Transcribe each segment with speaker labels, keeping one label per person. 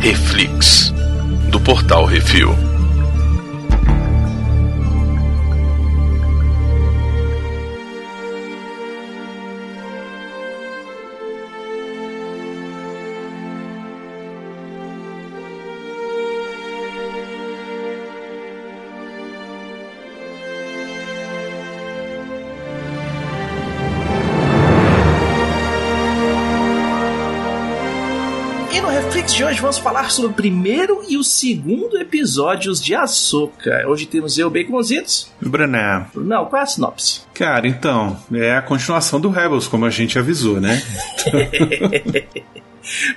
Speaker 1: Reflex, do portal Refil.
Speaker 2: E no Reflex de hoje vamos falar sobre o primeiro e o segundo episódios de Açúcar. Hoje temos eu, Baconzitos.
Speaker 3: Brené,
Speaker 2: Não, qual é a sinopse?
Speaker 3: cara, então, é a continuação do Rebels, como a gente avisou, né?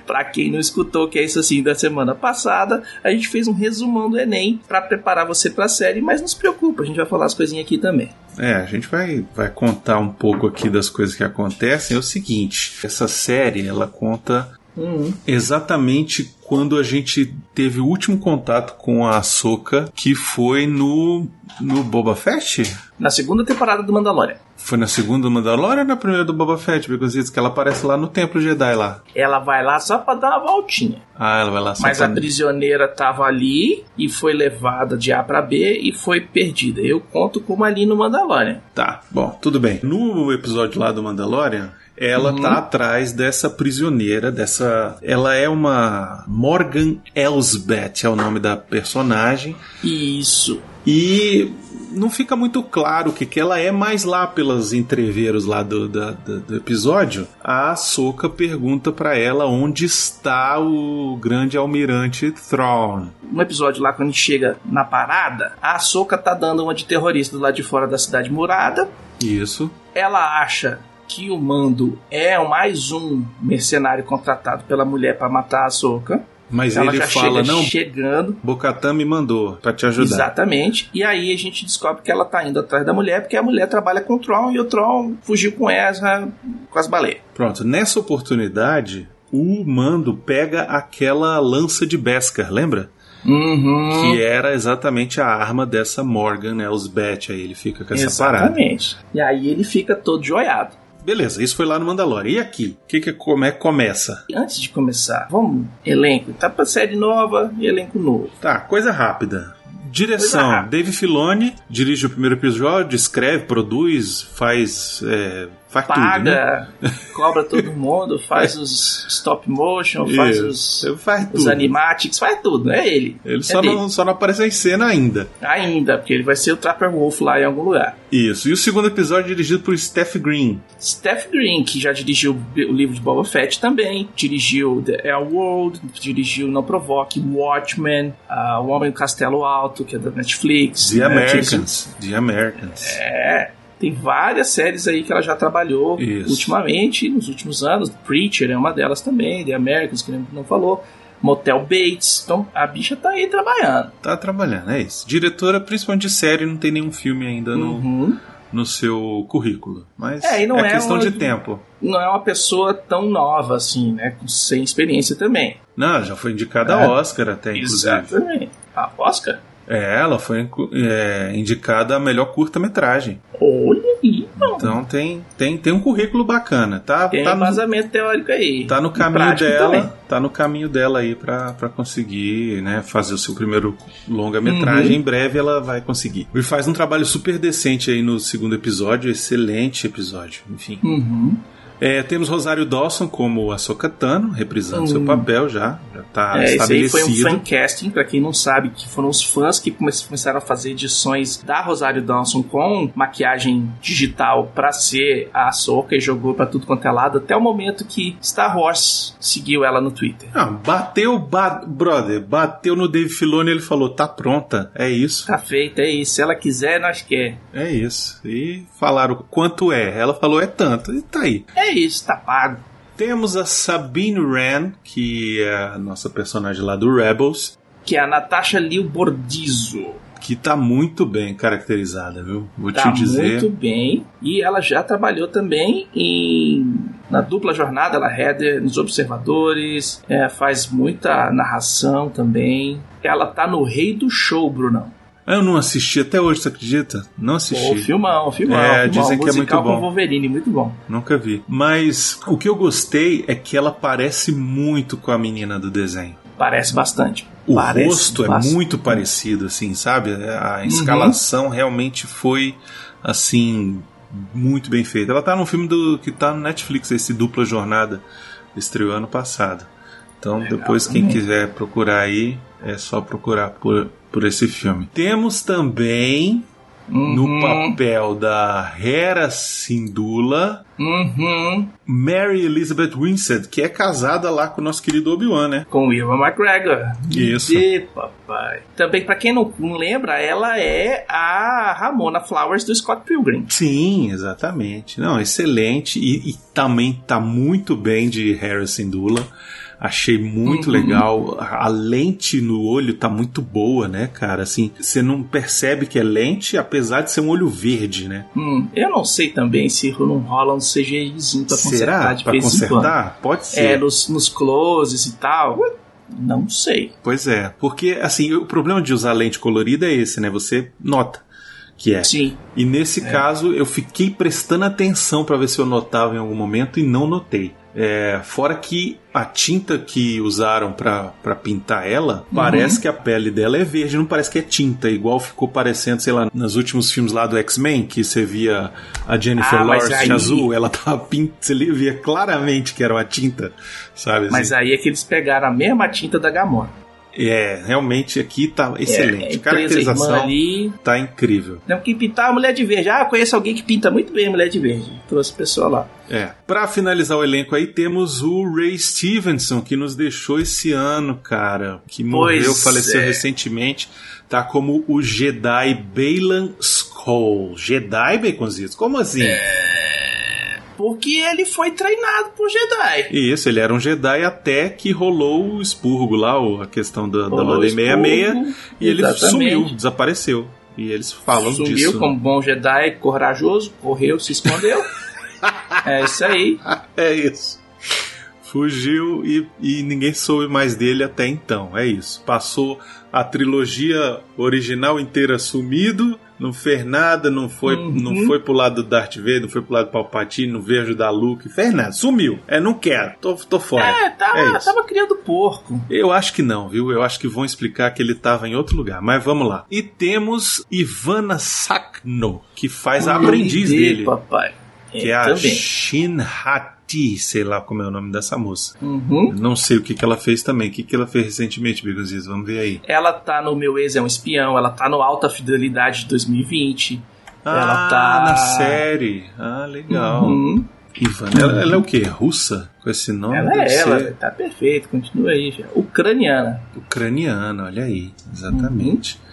Speaker 2: Pra quem não escutou, que é isso assim da semana passada, a gente fez um resumão do Enem pra preparar você pra série, mas não se preocupa, a gente vai falar as coisinhas aqui também.
Speaker 3: É, a gente vai, vai contar um pouco aqui das coisas que acontecem. É o seguinte, essa série, ela conta
Speaker 2: Uhum.
Speaker 3: exatamente quando a gente teve o último contato com a Ahsoka, que foi no, no Boba Fett?
Speaker 2: Na segunda temporada do Mandalorian,
Speaker 3: Foi na segunda do Mandalorian ou na primeira do Boba Fett, Begonzitos? Que ela aparece lá no Templo Jedi lá.
Speaker 2: ela vai lá só pra dar uma voltinha.
Speaker 3: Ah, ela vai lá só
Speaker 2: Mas
Speaker 3: pra-
Speaker 2: a prisioneira tava ali e foi levada de A pra B e foi perdida. Eu conto como ali no Mandalorian.
Speaker 3: Tá, bom, tudo bem. No episódio lá do Mandalorian, ela
Speaker 2: Uhum.
Speaker 3: tá atrás dessa prisioneira, dessa. Ela é uma Morgan Elsbeth, é o nome da personagem.
Speaker 2: Isso.
Speaker 3: E não fica muito claro o que, que ela é, mas lá pelos entreveros lá do, da- da- do episódio, a Soca pergunta pra ela onde está o grande almirante Thrawn.
Speaker 2: Um episódio lá, quando a gente chega na parada, a Soca tá dando uma de terrorista lá de fora da cidade murada.
Speaker 3: Isso.
Speaker 2: ela acha que o Mando é mais um mercenário contratado pela mulher para matar a Soca.
Speaker 3: Mas
Speaker 2: Ela
Speaker 3: ele
Speaker 2: já chega
Speaker 3: fala, não,
Speaker 2: chegando.
Speaker 3: Bocatan me mandou pra te ajudar.
Speaker 2: Exatamente. E aí a gente descobre que ela tá indo atrás da mulher, porque a mulher trabalha com o Tron e o Tron fugiu com Ezra com as baleias.
Speaker 3: Pronto, nessa oportunidade, o Mando pega aquela lança de Beskar, lembra?
Speaker 2: Uhum.
Speaker 3: Que era exatamente a arma dessa Morgan, né? Os Bet aí, ele fica com é essa parada.
Speaker 2: Exatamente. E aí ele fica todo joiado.
Speaker 3: Beleza, isso foi lá no Mandalorian. E aqui? Que que, como é que começa?
Speaker 2: E Antes de começar, vamos elenco. Tá pra série nova e elenco novo.
Speaker 3: Tá, coisa rápida. Direção,
Speaker 2: Coisa rápida.
Speaker 3: Dave Filoni dirige o primeiro episódio, escreve, produz, faz... é, faz tudo, né? É.
Speaker 2: Paga, cobra todo mundo, faz os stop motion, faz os
Speaker 3: Isso, faz
Speaker 2: Os
Speaker 3: tudo.
Speaker 2: animatics, faz tudo, é ele.
Speaker 3: Ele
Speaker 2: É
Speaker 3: só,
Speaker 2: dele.
Speaker 3: não, só não aparece em cena ainda.
Speaker 2: Ainda, porque ele vai ser o Trapper Wolf lá em algum lugar.
Speaker 3: Isso. E o segundo episódio é dirigido por Steph Green.
Speaker 2: Steph Green, que já dirigiu o livro de Boba Fett também, dirigiu The L World, dirigiu Não Provoque, Watchmen, ah, O Homem do Castelo Alto, que é da Netflix.
Speaker 3: The
Speaker 2: né,
Speaker 3: Americans. The Americans.
Speaker 2: É. Tem várias séries aí que ela já trabalhou
Speaker 3: Isso.
Speaker 2: ultimamente, nos últimos anos. Preacher é uma delas também, The Americans, que nem- não falou. Motel Bates. Então a bicha tá aí trabalhando.
Speaker 3: Tá trabalhando, é isso. Diretora, principalmente de série, não tem nenhum filme ainda Tá no,
Speaker 2: Uhum.
Speaker 3: no seu currículo. Mas
Speaker 2: É,
Speaker 3: é,
Speaker 2: e não é
Speaker 3: questão
Speaker 2: uma-
Speaker 3: de tempo.
Speaker 2: não é uma pessoa tão nova assim, né? com- Sem experiência também.
Speaker 3: Não, já foi indicada
Speaker 2: É.
Speaker 3: a Oscar até, inclusive.
Speaker 2: Exatamente. A Oscar?
Speaker 3: É, ela foi incu- é, indicada a melhor curta-metragem.
Speaker 2: Olha aí, mano.
Speaker 3: Então tem, tem, tem um currículo bacana, tá?
Speaker 2: Tem
Speaker 3: tá,
Speaker 2: um
Speaker 3: no,
Speaker 2: vazamento teórico aí.
Speaker 3: tá no
Speaker 2: E
Speaker 3: caminho
Speaker 2: prático
Speaker 3: dela.
Speaker 2: também.
Speaker 3: Tá no caminho dela aí pra, pra conseguir, né, fazer o seu primeiro longa-metragem.
Speaker 2: Uhum.
Speaker 3: Em breve ela vai conseguir. E faz um trabalho super decente aí no segundo episódio, excelente episódio, enfim.
Speaker 2: Uhum.
Speaker 3: É, temos Rosário Dawson como a Socatano, reprisando seu
Speaker 2: Hum.
Speaker 3: papel já, já tá
Speaker 2: é, esse aí foi um
Speaker 3: estabelecido.
Speaker 2: fancasting, pra quem não sabe, que foram os fãs que come- começaram a fazer edições da Rosário Dawson com maquiagem digital pra ser a Soca e jogou pra tudo quanto é lado, até o momento que Star Wars seguiu ela no Twitter.
Speaker 3: Ah, bateu, ba- brother, bateu no Dave Filoni, ele falou, tá pronta, é isso,
Speaker 2: Tá feito, é isso. Se ela quiser, nós quer.
Speaker 3: é isso. E falaram quanto é, ela falou é tanto, e tá aí.
Speaker 2: É isso, tá pago.
Speaker 3: Temos a Sabine Wren, que é a nossa personagem lá do Rebels,
Speaker 2: que é a Natasha Liu Bordizo.
Speaker 3: que tá muito bem caracterizada, viu? Vou
Speaker 2: Tá
Speaker 3: te dizer.
Speaker 2: muito bem. E ela já trabalhou também em na dupla jornada, ela header nos observadores, é, faz muita narração também. Ela tá no rei do show, Brunão.
Speaker 3: Eu não assisti até hoje, você acredita? Não
Speaker 2: Pô,
Speaker 3: assisti.
Speaker 2: filmão, filmão,
Speaker 3: É,
Speaker 2: filmão.
Speaker 3: dizem que é
Speaker 2: musical
Speaker 3: muito bom.
Speaker 2: com Wolverine, muito bom.
Speaker 3: Nunca vi. Mas o que eu gostei é que ela parece muito com a menina do desenho.
Speaker 2: Parece bastante.
Speaker 3: O
Speaker 2: Parece
Speaker 3: rosto é
Speaker 2: bastante.
Speaker 3: muito parecido, assim, sabe? A escalação realmente foi, assim, muito bem feita. Ela tá num filme do, que tá no Netflix, esse Dupla Jornada, estreou ano passado. Então, depois, quem
Speaker 2: também.
Speaker 3: quiser procurar aí, é só procurar por, por esse filme. Temos também, no
Speaker 2: Uhum,
Speaker 3: papel da Hera Syndulla,
Speaker 2: uhum,
Speaker 3: Mary Elizabeth Winstead, que é casada lá com o nosso querido Obi-Wan, né?
Speaker 2: com o Ivan McGregor.
Speaker 3: Isso.
Speaker 2: Ih, papai. Também, pra quem não, não lembra, ela é a Ramona Flowers do Scott Pilgrim.
Speaker 3: Sim, exatamente. Não, excelente. E, e também tá muito bem de Harrison Dula. Achei muito
Speaker 2: Uhum.
Speaker 3: legal. A a lente no olho tá muito boa, né, cara? Assim, você não percebe que é lente, apesar de ser um olho verde, né?
Speaker 2: Hum, eu não sei também se não rola um CGIzinho pra
Speaker 3: Será?
Speaker 2: consertar de
Speaker 3: Pra
Speaker 2: vez em quando.
Speaker 3: consertar? Pode ser.
Speaker 2: É, nos, nos closes e tal. Não sei.
Speaker 3: Pois é. Porque, assim, o problema de usar lente colorida é esse, né? Você nota que é.
Speaker 2: Sim.
Speaker 3: E nesse caso eu fiquei prestando atenção para ver se eu notava em algum momento e não notei. É, fora que a tinta que usaram para pintar ela,
Speaker 2: Uhum.
Speaker 3: parece que a pele dela é verde, não parece que é tinta, igual ficou parecendo, sei lá, nos últimos filmes lá do X-Men, que você via a Jennifer
Speaker 2: Ah, mas
Speaker 3: Lawrence
Speaker 2: aí-
Speaker 3: de azul, ela tava pinta, você via claramente que era uma tinta, sabe?
Speaker 2: Mas
Speaker 3: assim?
Speaker 2: aí é que eles pegaram a mesma tinta da Gamora.
Speaker 3: É, realmente aqui tá
Speaker 2: É,
Speaker 3: excelente.
Speaker 2: empresa irmã
Speaker 3: Caracterização
Speaker 2: ali.
Speaker 3: tá incrível.
Speaker 2: Não, que pintar a mulher de verde. Ah, eu conheço alguém que pinta muito bem a mulher de verde. Trouxe o pessoal lá.
Speaker 3: É. Pra finalizar o elenco aí, temos o Ray Stevenson, que nos deixou esse ano, cara. Que morreu,
Speaker 2: Pois
Speaker 3: faleceu
Speaker 2: é.
Speaker 3: recentemente. Tá como o Jedi Balan Skoll. Jedi, Baconzitos? Como assim?
Speaker 2: É. Porque ele foi treinado por Jedi.
Speaker 3: E Isso, ele era um Jedi até que rolou o expurgo lá, o- a questão da, da
Speaker 2: Rolou
Speaker 3: Lei
Speaker 2: o
Speaker 3: 66.
Speaker 2: expurgo,
Speaker 3: E ele
Speaker 2: Uhum. exatamente.
Speaker 3: sumiu, desapareceu. E eles falam
Speaker 2: Sumiu
Speaker 3: disso. né?
Speaker 2: como bom Jedi, corajoso, correu, se escondeu. é isso aí.
Speaker 3: É isso. Fugiu e, e ninguém soube mais dele até então. É isso. Passou a trilogia original inteira sumido, não fez nada, não foi,
Speaker 2: Uhum.
Speaker 3: não foi pro lado do Darth Vader, não foi pro lado do Palpatine, não veio ajudar Luke, fez nada, sumiu. É, não quero, tô, tô fora.
Speaker 2: É, tava,
Speaker 3: é isso.
Speaker 2: tava criando porco.
Speaker 3: Eu acho que não, viu? Eu acho que vão explicar que ele tava em outro lugar, mas vamos lá. E temos Ivana Sakno, que faz a aprendiz
Speaker 2: Entendi,
Speaker 3: dele,
Speaker 2: Hum, papai. É,
Speaker 3: que é a
Speaker 2: também.
Speaker 3: Shin Hati, sei lá como é o nome dessa moça.
Speaker 2: Uhum.
Speaker 3: Não sei o que, que ela fez também. O que, que ela fez recentemente, Bigonziz? Vamos ver aí.
Speaker 2: Ela tá no Meu Ex é um Espião, ela tá no Alta Fidelidade de 2020. Ela
Speaker 3: ah,
Speaker 2: tá-
Speaker 3: na série. Ah, legal.
Speaker 2: Uhum.
Speaker 3: Ivana, ela, ela é o quê? Russa? Com esse nome?
Speaker 2: Ela
Speaker 3: Deve
Speaker 2: é ela,
Speaker 3: ser
Speaker 2: tá perfeito, continua aí. já. Ucraniana,
Speaker 3: Ucraniana, olha aí. Exatamente.
Speaker 2: Uhum.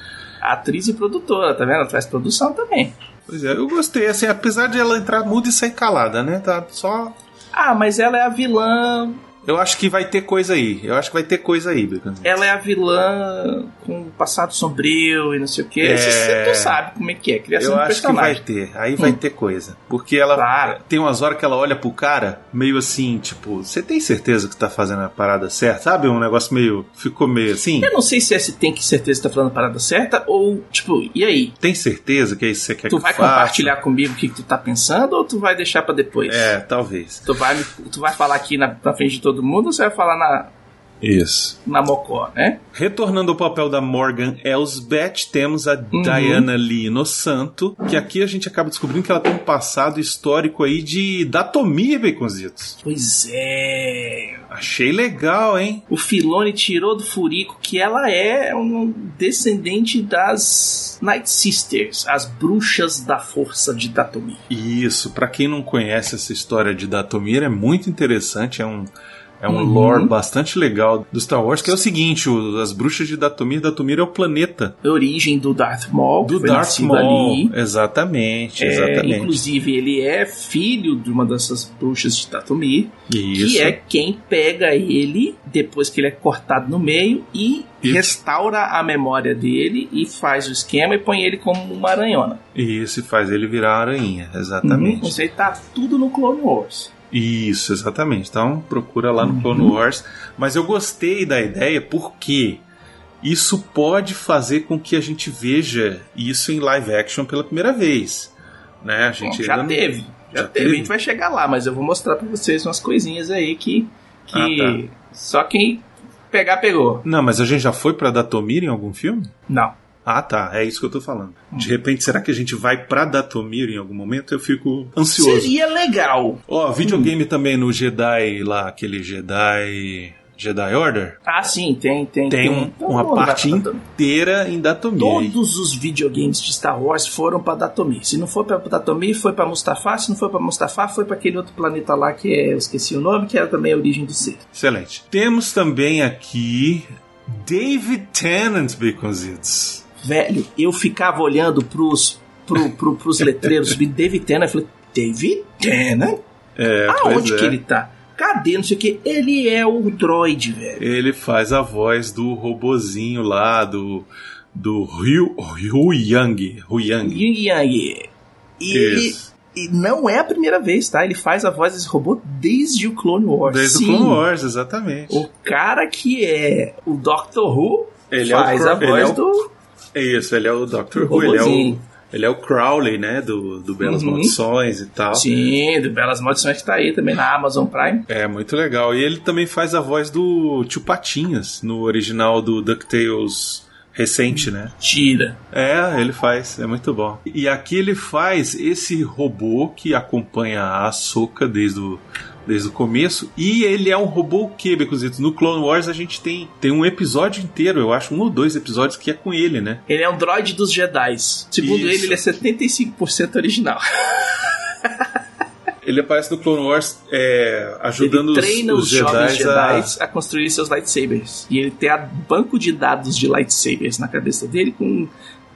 Speaker 2: atriz e produtora, tá vendo? Ela faz produção também.
Speaker 3: Pois é, eu gostei. Assim, apesar de ela entrar muda e sair calada, né? Tá só...
Speaker 2: Ah, mas ela é a vilã.
Speaker 3: Eu acho que vai ter coisa aí. Eu acho que vai ter coisa aí, Bigonziz.
Speaker 2: Ela é a vilã com o passado sombrio e não sei o quê.
Speaker 3: É.
Speaker 2: Isso Você, tu sabe como é que é, criação
Speaker 3: Eu
Speaker 2: de
Speaker 3: acho que vai
Speaker 2: personagem.
Speaker 3: ter. Aí vai
Speaker 2: Hum.
Speaker 3: ter coisa. Porque ela
Speaker 2: Claro.
Speaker 3: tem umas horas que ela olha pro cara, meio assim, tipo, você tem certeza que tá fazendo a parada certa? Sabe? Um negócio meio. Ficou meio assim.
Speaker 2: Eu não sei se esse tem que certeza que tá falando a parada certa ou, tipo, e aí?
Speaker 3: Tem certeza que é isso que você quer
Speaker 2: Tu
Speaker 3: que
Speaker 2: vai
Speaker 3: eu faça?
Speaker 2: compartilhar comigo o que, que tu tá pensando ou tu vai deixar pra depois?
Speaker 3: É, talvez.
Speaker 2: Tu vai, me- tu vai falar aqui na, na frente de todo mundo ou você vai falar na,
Speaker 3: Isso.
Speaker 2: na mocó, né?
Speaker 3: Retornando ao papel da Morgan Elsbeth, temos a
Speaker 2: Uhum.
Speaker 3: Diana Lino Santo, que aqui a gente acaba descobrindo que ela tem um passado histórico aí de datomia, Baconzitos.
Speaker 2: Pois é.
Speaker 3: Achei legal, hein?
Speaker 2: O Filone tirou do Furico que ela é um descendente das Night Sisters, as bruxas da força de Datomir.
Speaker 3: Isso, pra quem não conhece essa história de Datomir, é muito interessante, é um é um
Speaker 2: Uhum.
Speaker 3: lore bastante legal do Star Wars, que é o seguinte, o- as bruxas de Datomir, Datomir é o planeta
Speaker 2: A Origem do Darth Maul, que
Speaker 3: do
Speaker 2: foi
Speaker 3: Darth
Speaker 2: nascido
Speaker 3: Maul.
Speaker 2: ali.
Speaker 3: Exatamente,
Speaker 2: É,
Speaker 3: exatamente.
Speaker 2: inclusive, ele é filho de uma dessas bruxas de Datomir.
Speaker 3: Isso.
Speaker 2: que é quem pega ele depois que ele é cortado no meio e
Speaker 3: Isso.
Speaker 2: restaura a memória dele e faz o esquema e põe ele como uma aranhona.
Speaker 3: Isso e faz ele virar a aranha, exatamente.
Speaker 2: Isso aí tá tudo no Clone Wars.
Speaker 3: Isso, exatamente. Então procura lá
Speaker 2: Uhum.
Speaker 3: no Clone Wars. Mas eu gostei da ideia porque isso pode fazer com que a gente veja isso em live action pela primeira vez. Né? A gente
Speaker 2: Bom, já
Speaker 3: ainda não-
Speaker 2: teve. Já,
Speaker 3: já
Speaker 2: teve.
Speaker 3: teve?
Speaker 2: A gente vai chegar lá, mas eu vou mostrar pra vocês umas coisinhas aí que. que
Speaker 3: Ah,
Speaker 2: Só quem pegar, pegou.
Speaker 3: Não, mas a gente já foi pra Datomir em algum filme?
Speaker 2: Não.
Speaker 3: Ah, tá. É isso que eu tô falando.
Speaker 2: Hum.
Speaker 3: De repente, será que a gente vai pra Datomir em algum momento? Eu fico ansioso.
Speaker 2: Seria legal.
Speaker 3: Ó, videogame também no Jedi lá, aquele Jedi. Jedi Order?
Speaker 2: Ah, sim, tem, tem.
Speaker 3: Tem um-
Speaker 2: Tá
Speaker 3: uma
Speaker 2: bom,
Speaker 3: parte
Speaker 2: dá pra-
Speaker 3: inteira em Datomir.
Speaker 2: Todos os videogames de Star Wars foram pra Datomir. Se não foi pra Datomir, foi pra Mustafar. Se não foi pra Mustafar, foi pra aquele outro planeta lá que é, eu esqueci o nome, que era também a origem do ser.
Speaker 3: Excelente. Temos também aqui David Tennant, Baconzitos.
Speaker 2: Velho, eu ficava olhando pros, pro, pro, pros letreiros, vi David Tennant, né? eu falei, David Tennant?
Speaker 3: É,
Speaker 2: Aonde
Speaker 3: pois
Speaker 2: que
Speaker 3: é.
Speaker 2: ele tá? Cadê? Não sei o que. Ele é o droid, velho.
Speaker 3: Ele faz a voz do robozinho lá, do. Do Ryu, Ryu Yang. Ryu Yang.
Speaker 2: Yin Yang. E ele
Speaker 3: Isso.
Speaker 2: e não é a primeira vez, tá? Ele faz a voz desse robô desde o Clone Wars.
Speaker 3: Desde
Speaker 2: Sim.
Speaker 3: o Clone Wars, exatamente.
Speaker 2: O cara que é o Doctor Who
Speaker 3: Ele é o
Speaker 2: faz
Speaker 3: Cro-
Speaker 2: a
Speaker 3: ele
Speaker 2: voz
Speaker 3: é o-
Speaker 2: do.
Speaker 3: É Isso, ele é o Dr.
Speaker 2: O
Speaker 3: Who, ele é o,
Speaker 2: robozinho.
Speaker 3: ele é o Crowley, né? Do, do Belas
Speaker 2: Uhum.
Speaker 3: Maldições e tal.
Speaker 2: Sim, do Belas Maldições que tá aí também na Amazon Prime.
Speaker 3: É, muito legal. E ele também faz a voz do Tio Patinhas, no original do DuckTales recente, né?
Speaker 2: Tira.
Speaker 3: É, ele faz, é muito bom. E aqui ele faz esse robô que acompanha a Ahsoka desde o, desde o começo. E ele é um robô que, Becozito? No Clone Wars a gente tem, tem um episódio inteiro, eu acho, um ou dois episódios que é com ele, né?
Speaker 2: Ele é um droid dos Jedi. Segundo ele,
Speaker 3: Isso.
Speaker 2: ele é 75% original.
Speaker 3: Ele aparece no Clone Wars é, ajudando
Speaker 2: ele
Speaker 3: os,
Speaker 2: treina os,
Speaker 3: os
Speaker 2: jovens
Speaker 3: Jedi a...
Speaker 2: Jedi a... construir seus lightsabers. E ele tem a banco de dados de lightsabers na cabeça dele com,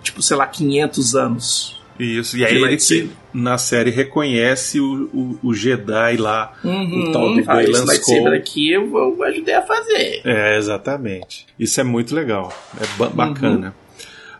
Speaker 2: tipo, sei lá, 500 anos.
Speaker 3: Isso, e aí
Speaker 2: de
Speaker 3: ele
Speaker 2: lightsaber.
Speaker 3: que, na série reconhece o, o, o Jedi lá.
Speaker 2: Uhum.
Speaker 3: O tal do
Speaker 2: ah, esse
Speaker 3: Wayland
Speaker 2: lightsaber
Speaker 3: Skull.
Speaker 2: aqui eu, eu ajudei a fazer.
Speaker 3: É, exatamente. Isso é muito legal. É
Speaker 2: Uhum.
Speaker 3: ba- bacana.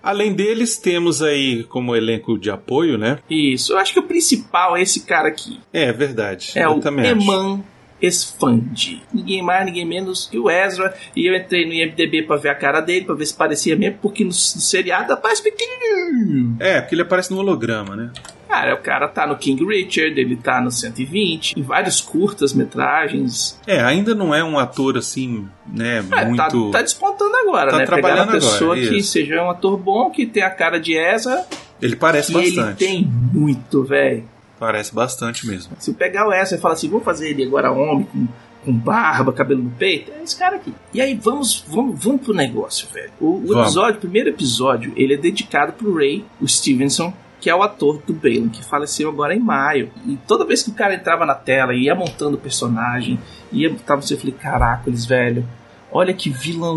Speaker 3: Além deles, temos aí como elenco de apoio, né?
Speaker 2: Isso. Eu acho que o principal é esse cara aqui.
Speaker 3: É verdade.
Speaker 2: É
Speaker 3: eu
Speaker 2: o
Speaker 3: também acho.
Speaker 2: Eman Esfandi. Ninguém mais, ninguém menos que o Ezra. E eu entrei no IMDB pra ver a cara dele, pra ver se parecia mesmo, porque no, no seriado aparece pequenininho.
Speaker 3: É, porque ele aparece no holograma, né?
Speaker 2: Cara, o cara tá no King Richard, ele tá no 120, em vários curtas-metragens.
Speaker 3: É, ainda não é um ator assim, né?
Speaker 2: É, tá-
Speaker 3: muito.
Speaker 2: tá, despontando agora,
Speaker 3: Tá
Speaker 2: né? Pegar uma
Speaker 3: trabalhando agora,
Speaker 2: pessoa que
Speaker 3: isso.
Speaker 2: seja um ator bom, que tem a cara de Ezra,
Speaker 3: Ele parece
Speaker 2: que ele
Speaker 3: bastante.
Speaker 2: tem muito, velho.
Speaker 3: Parece bastante mesmo.
Speaker 2: Se eu pegar o Ezra e falar assim, vou fazer ele agora homem, com, com barba, cabelo no peito, é esse cara aqui. E aí vamos, vamos, vamos pro negócio, velho. O, o
Speaker 3: Vamos.
Speaker 2: episódio, o primeiro episódio, ele é dedicado pro Ray, o Stevenson, que é o ator do Balin, que faleceu agora em maio. E toda vez que o cara entrava na tela e ia montando o personagem, ia tava você, eu falei, caracoles, velho. Olha que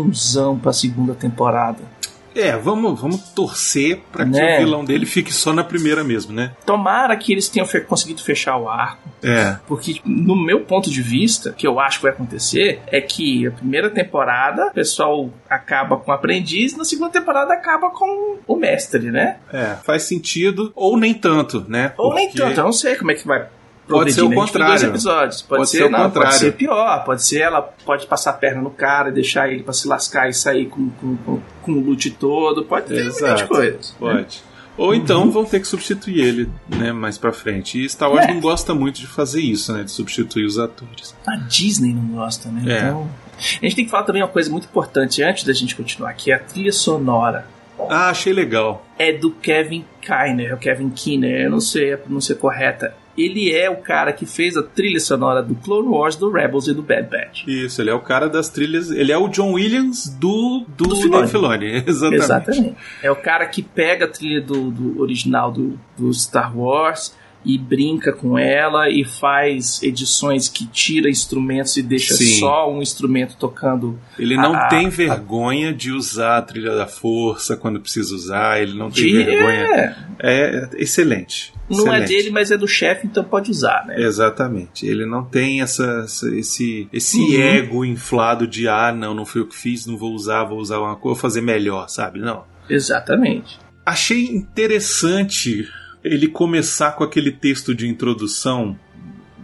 Speaker 2: vilãozão pra segunda temporada.
Speaker 3: É, vamos, vamos torcer pra que
Speaker 2: Né?
Speaker 3: o vilão dele fique só na primeira mesmo, né?
Speaker 2: Tomara que eles tenham fe- conseguido fechar o arco.
Speaker 3: É.
Speaker 2: Porque, tipo, no meu ponto de vista, o que eu acho que vai acontecer é que a primeira temporada o pessoal acaba com o aprendiz, na segunda temporada acaba com o mestre, né?
Speaker 3: É, faz sentido, ou nem tanto, né?
Speaker 2: Ou nem
Speaker 3: Porque-
Speaker 2: tanto, eu não sei como é que vai.
Speaker 3: Pode ser o
Speaker 2: progredir, né? A gente tem dois
Speaker 3: contrário.
Speaker 2: episódios. Pode,
Speaker 3: Pode
Speaker 2: ser,
Speaker 3: ser o
Speaker 2: não,
Speaker 3: contrário.
Speaker 2: pode ser pior, pode ser ela pode passar a perna no cara e deixar ele pra se lascar e sair com, com, com, com o loot todo. Pode ter um milhão de
Speaker 3: Exato.
Speaker 2: coisas. né?
Speaker 3: Pode. Ou então vão ter que substituir ele, né, mais pra frente. E Star Wars
Speaker 2: É.
Speaker 3: não gosta muito de fazer isso, né, de substituir os atores.
Speaker 2: A Disney não gosta, né?
Speaker 3: É.
Speaker 2: Então. A gente tem que falar também uma coisa muito importante antes da gente continuar, que é a trilha sonora.
Speaker 3: Ah, achei legal.
Speaker 2: é do Kevin Kiner, é o Kevin Kiner, eu não sei a pronúncia correta. Ele é o cara que fez a trilha sonora do Clone Wars, do Rebels e do Bad Batch.
Speaker 3: Isso, ele é o cara das trilhas, ele é o John Williams do do,
Speaker 2: Do
Speaker 3: do
Speaker 2: Filoni.
Speaker 3: Dave Filoni, exatamente.
Speaker 2: Exatamente. É o cara que pega a trilha do, do original do, do Star Wars e brinca com ela e faz edições que tira instrumentos e deixa
Speaker 3: Sim.
Speaker 2: só um instrumento tocando.
Speaker 3: Ele não
Speaker 2: Ah,
Speaker 3: tem vergonha de usar a trilha da força quando precisa usar, ele não tem
Speaker 2: De...
Speaker 3: vergonha.
Speaker 2: É,
Speaker 3: É excelente.
Speaker 2: não é
Speaker 3: excelente.
Speaker 2: dele, mas é do chefe, então pode usar, né?
Speaker 3: Exatamente. Ele não tem essa, essa- esse, esse
Speaker 2: Uhum.
Speaker 3: ego inflado de ah, não, não foi eu que fiz, não vou usar, vou usar uma coisa, vou fazer melhor, sabe? Não.
Speaker 2: Exatamente.
Speaker 3: Achei interessante ele começar com aquele texto de introdução,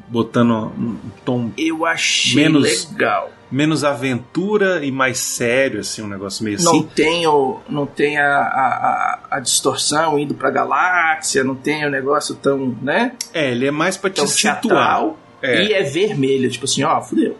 Speaker 3: botando um tom
Speaker 2: Eu achei
Speaker 3: Menos-
Speaker 2: legal.
Speaker 3: menos aventura e mais sério, assim, um negócio meio
Speaker 2: não
Speaker 3: assim.
Speaker 2: tem, o, não tem a, a, a- a distorção indo pra galáxia, não tem o negócio tão, né?
Speaker 3: É, ele é mais pra te
Speaker 2: Tão
Speaker 3: situar.
Speaker 2: teatral.
Speaker 3: É,
Speaker 2: E é vermelho, tipo assim, ó, fudeu.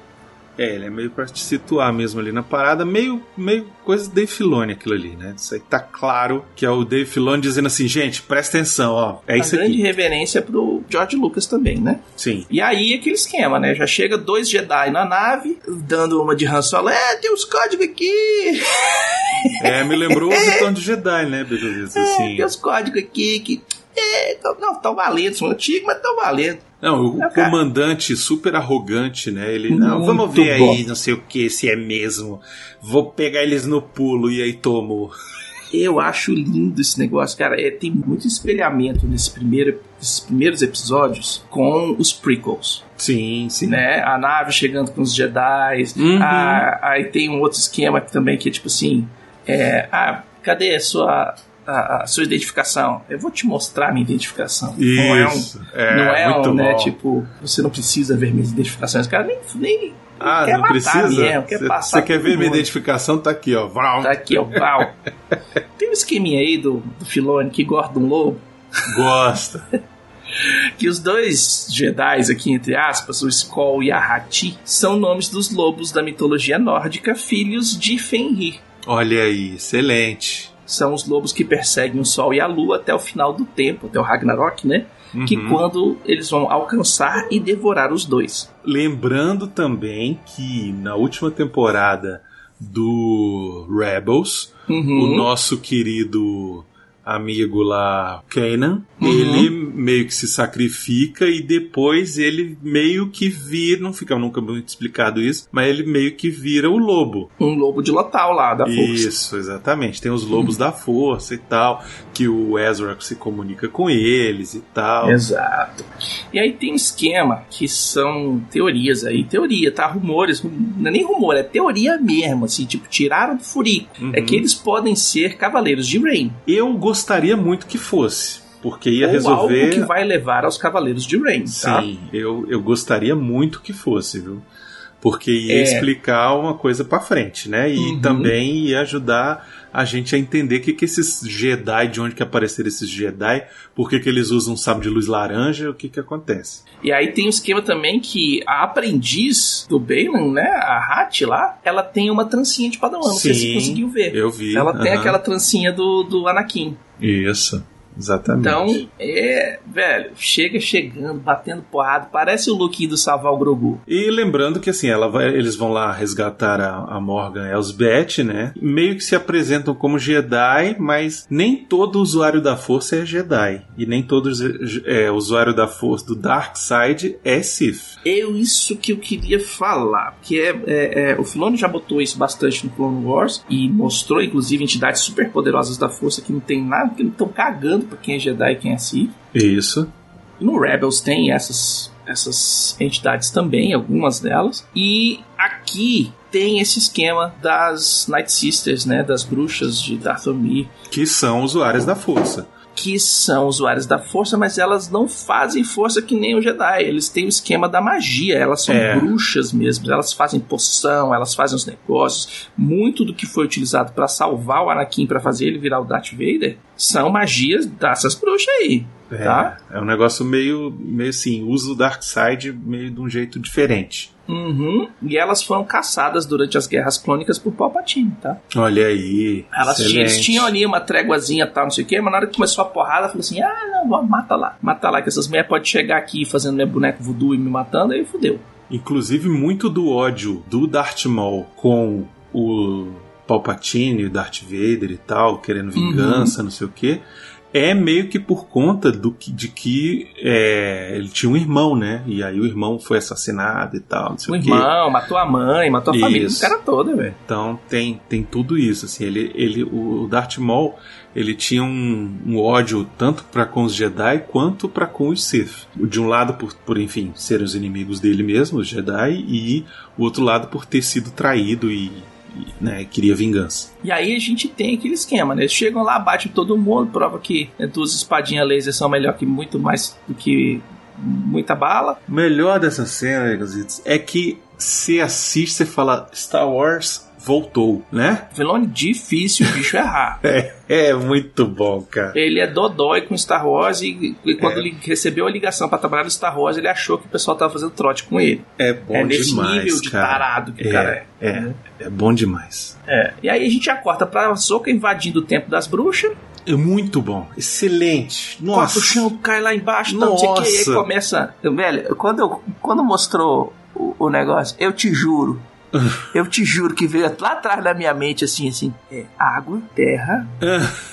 Speaker 3: É, ele é meio pra te situar mesmo ali na parada, meio, meio coisa de Dave Filoni aquilo ali, né? Isso aí tá claro que é o Dave Filoni dizendo assim, gente, presta atenção, ó, é
Speaker 2: Uma
Speaker 3: isso
Speaker 2: Tá grande
Speaker 3: aqui.
Speaker 2: reverência pro George Lucas também, né?
Speaker 3: Sim.
Speaker 2: E aí, aquele esquema, né? Já chega dois Jedi na nave, dando uma de Han Solo. É, tem uns códigos aqui!
Speaker 3: É, me lembrou o Retorno de Jedi, né, Begoviz?
Speaker 2: É,
Speaker 3: Assim,
Speaker 2: Tem uns códigos aqui que... É, tão- não, tão valendo. São antigos, mas tão valendo.
Speaker 3: Não, o
Speaker 2: Não, cara.
Speaker 3: comandante super arrogante, né? Ele,
Speaker 2: Muito
Speaker 3: não, vamos ver
Speaker 2: bom.
Speaker 3: aí, não sei o que, se é mesmo. Vou pegar eles no pulo e aí tomo.
Speaker 2: Eu acho lindo esse negócio, cara. É, tem muito espelhamento nesse primeiro, nesses primeiros episódios com os prequels.
Speaker 3: Sim, sim.
Speaker 2: né? A nave chegando com os Jedi.
Speaker 3: Uhum.
Speaker 2: a- aí tem um outro esquema que também que é tipo assim: é, ah, cadê a sua, a, a sua identificação? Eu vou te mostrar a minha identificação. Não é um.
Speaker 3: Isso. É,
Speaker 2: não é
Speaker 3: muito
Speaker 2: um, né?
Speaker 3: bom.
Speaker 2: Tipo, você não precisa ver minhas identificações. O cara nem. nem
Speaker 3: ah,
Speaker 2: quer
Speaker 3: não
Speaker 2: matar
Speaker 3: precisa?
Speaker 2: mesmo, quer
Speaker 3: Cê-
Speaker 2: passar
Speaker 3: cê quer
Speaker 2: todo
Speaker 3: ver minha
Speaker 2: mundo.
Speaker 3: identificação? Tá aqui, ó. Vral.
Speaker 2: tá aqui, ó, pau. Tem um esqueminha aí do, do Filone que gosta de um lobo.
Speaker 3: Gosta.
Speaker 2: que os dois Jedi aqui, entre aspas, o Skoll e a Hati, são nomes dos lobos da mitologia nórdica, filhos de Fenrir.
Speaker 3: Olha aí, excelente.
Speaker 2: São os lobos que perseguem o Sol e a Lua até o final do tempo, até o Ragnarok, né? Que
Speaker 3: Uhum.
Speaker 2: quando eles vão alcançar e devorar os dois.
Speaker 3: Lembrando também que na última temporada do Rebels,
Speaker 2: Uhum. Um
Speaker 3: o nosso querido amigo lá, Kanan,
Speaker 2: Uhum.
Speaker 3: ele meio que se sacrifica e depois ele meio que vira, não fica nunca muito explicado isso, mas ele meio que vira o lobo.
Speaker 2: Um lobo de Lotal lá, da força. Uhum.
Speaker 3: Isso, exatamente. Tem os lobos da força e tal, que o Ezra se comunica com eles e tal.
Speaker 2: Exato. E aí tem um esquema que são teorias aí, teoria, tá? Rumores, rum- não é nem rumor, é teoria mesmo, assim, tipo, tiraram do furico.
Speaker 3: Uhum.
Speaker 2: É que eles podem ser cavaleiros de Rain.
Speaker 3: Eu gostaria muito que fosse, porque ia
Speaker 2: ou
Speaker 3: resolver
Speaker 2: algo que vai levar aos Cavaleiros de Rain, tá?
Speaker 3: Sim, eu, eu gostaria muito que fosse, viu? Porque ia
Speaker 2: É.
Speaker 3: explicar uma coisa pra frente, né? E
Speaker 2: Uhum.
Speaker 3: também ia ajudar a gente a entender o que, que esses Jedi, de onde que apareceram esses Jedi, por que, que eles usam um sábio de luz laranja, o que que acontece.
Speaker 2: E aí tem um esquema também que a aprendiz do Balan, né, a Hat lá, ela tem uma trancinha de padawan, não sei se
Speaker 3: Sim.
Speaker 2: você conseguiu ver.
Speaker 3: Eu vi.
Speaker 2: É, Ela tem
Speaker 3: aham.
Speaker 2: aquela trancinha do, do Anakin.
Speaker 3: Isso, exatamente.
Speaker 2: Então, é, velho, chega chegando, batendo porrada, parece o Luke do salvar o Grogu.
Speaker 3: E lembrando que assim, ela vai- eles vão lá resgatar a, a Morgan Elsbeth, né? Meio que se apresentam como Jedi, mas nem todo usuário da força é Jedi. E nem todo ze- é, usuário da força do Dark Side é Sith.
Speaker 2: Eu, isso que eu queria falar, porque é, é- é, o Filone já botou isso bastante no Clone Wars e mostrou, inclusive, entidades super poderosas da força que não tem nada, que não estão cagando pra quem é Jedi e quem é Sith.
Speaker 3: Isso.
Speaker 2: No Rebels tem essas, essas entidades também, algumas delas. E aqui tem esse esquema das Night Sisters, né? Das bruxas de Dathomir,
Speaker 3: Que são usuários da força.
Speaker 2: que são usuárias da força, mas elas não fazem força que nem o Jedi. Eles têm o esquema da magia, elas são
Speaker 3: É.
Speaker 2: bruxas mesmo. Elas fazem poção, elas fazem os negócios. Muito do que foi utilizado para salvar o Anakin, para fazer ele virar o Darth Vader, são magias dessas bruxas aí.
Speaker 3: É,
Speaker 2: Tá.
Speaker 3: é um negócio meio, meio assim, usa o Dark Side meio de um jeito diferente.
Speaker 2: Uhum. E elas foram caçadas durante as guerras clônicas por Palpatine, tá?
Speaker 3: Olha aí.
Speaker 2: Elas tinham, eles
Speaker 3: excelente.
Speaker 2: tinham ali uma tréguazinha tal, não sei o quê, mas na hora que começou a porrada, falou assim: ah, não, vamos, mata lá, mata lá, que essas mulheres podem chegar aqui fazendo meu boneco voodoo e me matando, aí fudeu.
Speaker 3: Inclusive, muito do ódio do Darth Maul com o Palpatine, o Darth Vader e tal, querendo vingança, não sei o quê, é meio que por conta do que- de que é, ele tinha um irmão, né? E aí o irmão foi assassinado e tal, não sei
Speaker 2: O
Speaker 3: o quê.
Speaker 2: Um irmão, matou a mãe, matou a família do
Speaker 3: Isso.
Speaker 2: cara toda, velho.
Speaker 3: Então tem, tem tudo isso, assim, ele, ele, o Darth Maul, ele tinha um, um ódio tanto para com os Jedi quanto para com os Sith. De um lado por, por, enfim, serem os inimigos dele mesmo, os Jedi, e o outro lado por ter sido traído e, e, né, queria vingança.
Speaker 2: E aí a gente tem aquele esquema, né? Eles chegam lá, batem todo mundo, prova que né, duas espadinhas laser são melhor que muito mais do que muita bala.
Speaker 3: O melhor dessa cena, Gazitz, é que você assiste e fala Star Wars voltou, né?
Speaker 2: Vilão difícil, o bicho é raro.
Speaker 3: É, é muito bom, cara.
Speaker 2: Ele é dodói com Star Wars e, e quando
Speaker 3: É.
Speaker 2: ele recebeu a ligação pra trabalhar no Star Wars, ele achou que o pessoal tava fazendo trote com ele.
Speaker 3: É bom
Speaker 2: é nesse
Speaker 3: demais,
Speaker 2: nível de
Speaker 3: cara.
Speaker 2: tarado que o
Speaker 3: É,
Speaker 2: cara é.
Speaker 3: é, é bom demais.
Speaker 2: É. E aí a gente já corta pra Soca invadindo o tempo das bruxas.
Speaker 3: É muito bom, excelente.
Speaker 2: Corta o
Speaker 3: Nossa,
Speaker 2: chão, cai lá embaixo, tá, não sei o que. E aí
Speaker 3: Nossa.
Speaker 2: começa.
Speaker 4: Velho, quando, eu- quando mostrou o, o negócio, eu te juro. eu te juro que veio lá atrás da minha mente assim, assim. É, água, terra.
Speaker 3: É.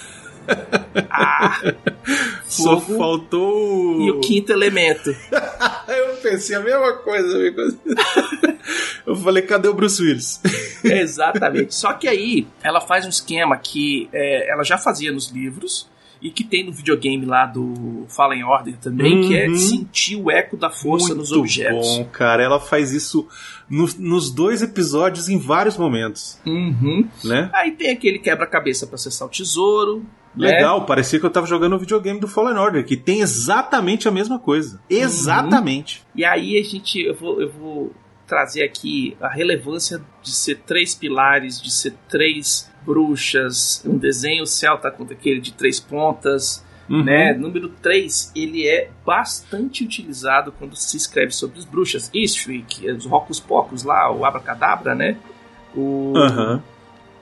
Speaker 4: ar,
Speaker 3: só
Speaker 2: fogo.
Speaker 3: faltou
Speaker 2: Ah, E o quinto elemento.
Speaker 3: Eu pensei a mesma coisa, amigo. Eu falei, cadê o Bruce Willis?
Speaker 2: Exatamente. Só que aí ela faz um esquema que é, ela já fazia nos livros e que tem no videogame lá do Fallen Order também, que é
Speaker 3: Uhum.
Speaker 2: sentir o eco da força nos
Speaker 3: Muito
Speaker 2: objetos.
Speaker 3: bom, cara. Ela faz isso no- nos dois episódios em vários momentos,
Speaker 2: Uhum.
Speaker 3: né?
Speaker 2: Aí tem aquele quebra-cabeça pra acessar o tesouro. né?
Speaker 3: Legal, parecia que eu tava jogando o videogame do Fallen Order, que tem exatamente a mesma
Speaker 2: Uhum.
Speaker 3: coisa. Exatamente.
Speaker 2: E aí a gente, eu vou, eu vou trazer aqui a relevância de ser três pilares, de ser três bruxas, um desenho celta com aquele de três pontas,
Speaker 3: Uhum.
Speaker 2: né? Número 3, ele é bastante utilizado quando se escreve sobre as bruxas. Eastwick, os Rocos Pocos lá, o Abracadabra, né? O...
Speaker 3: Aham.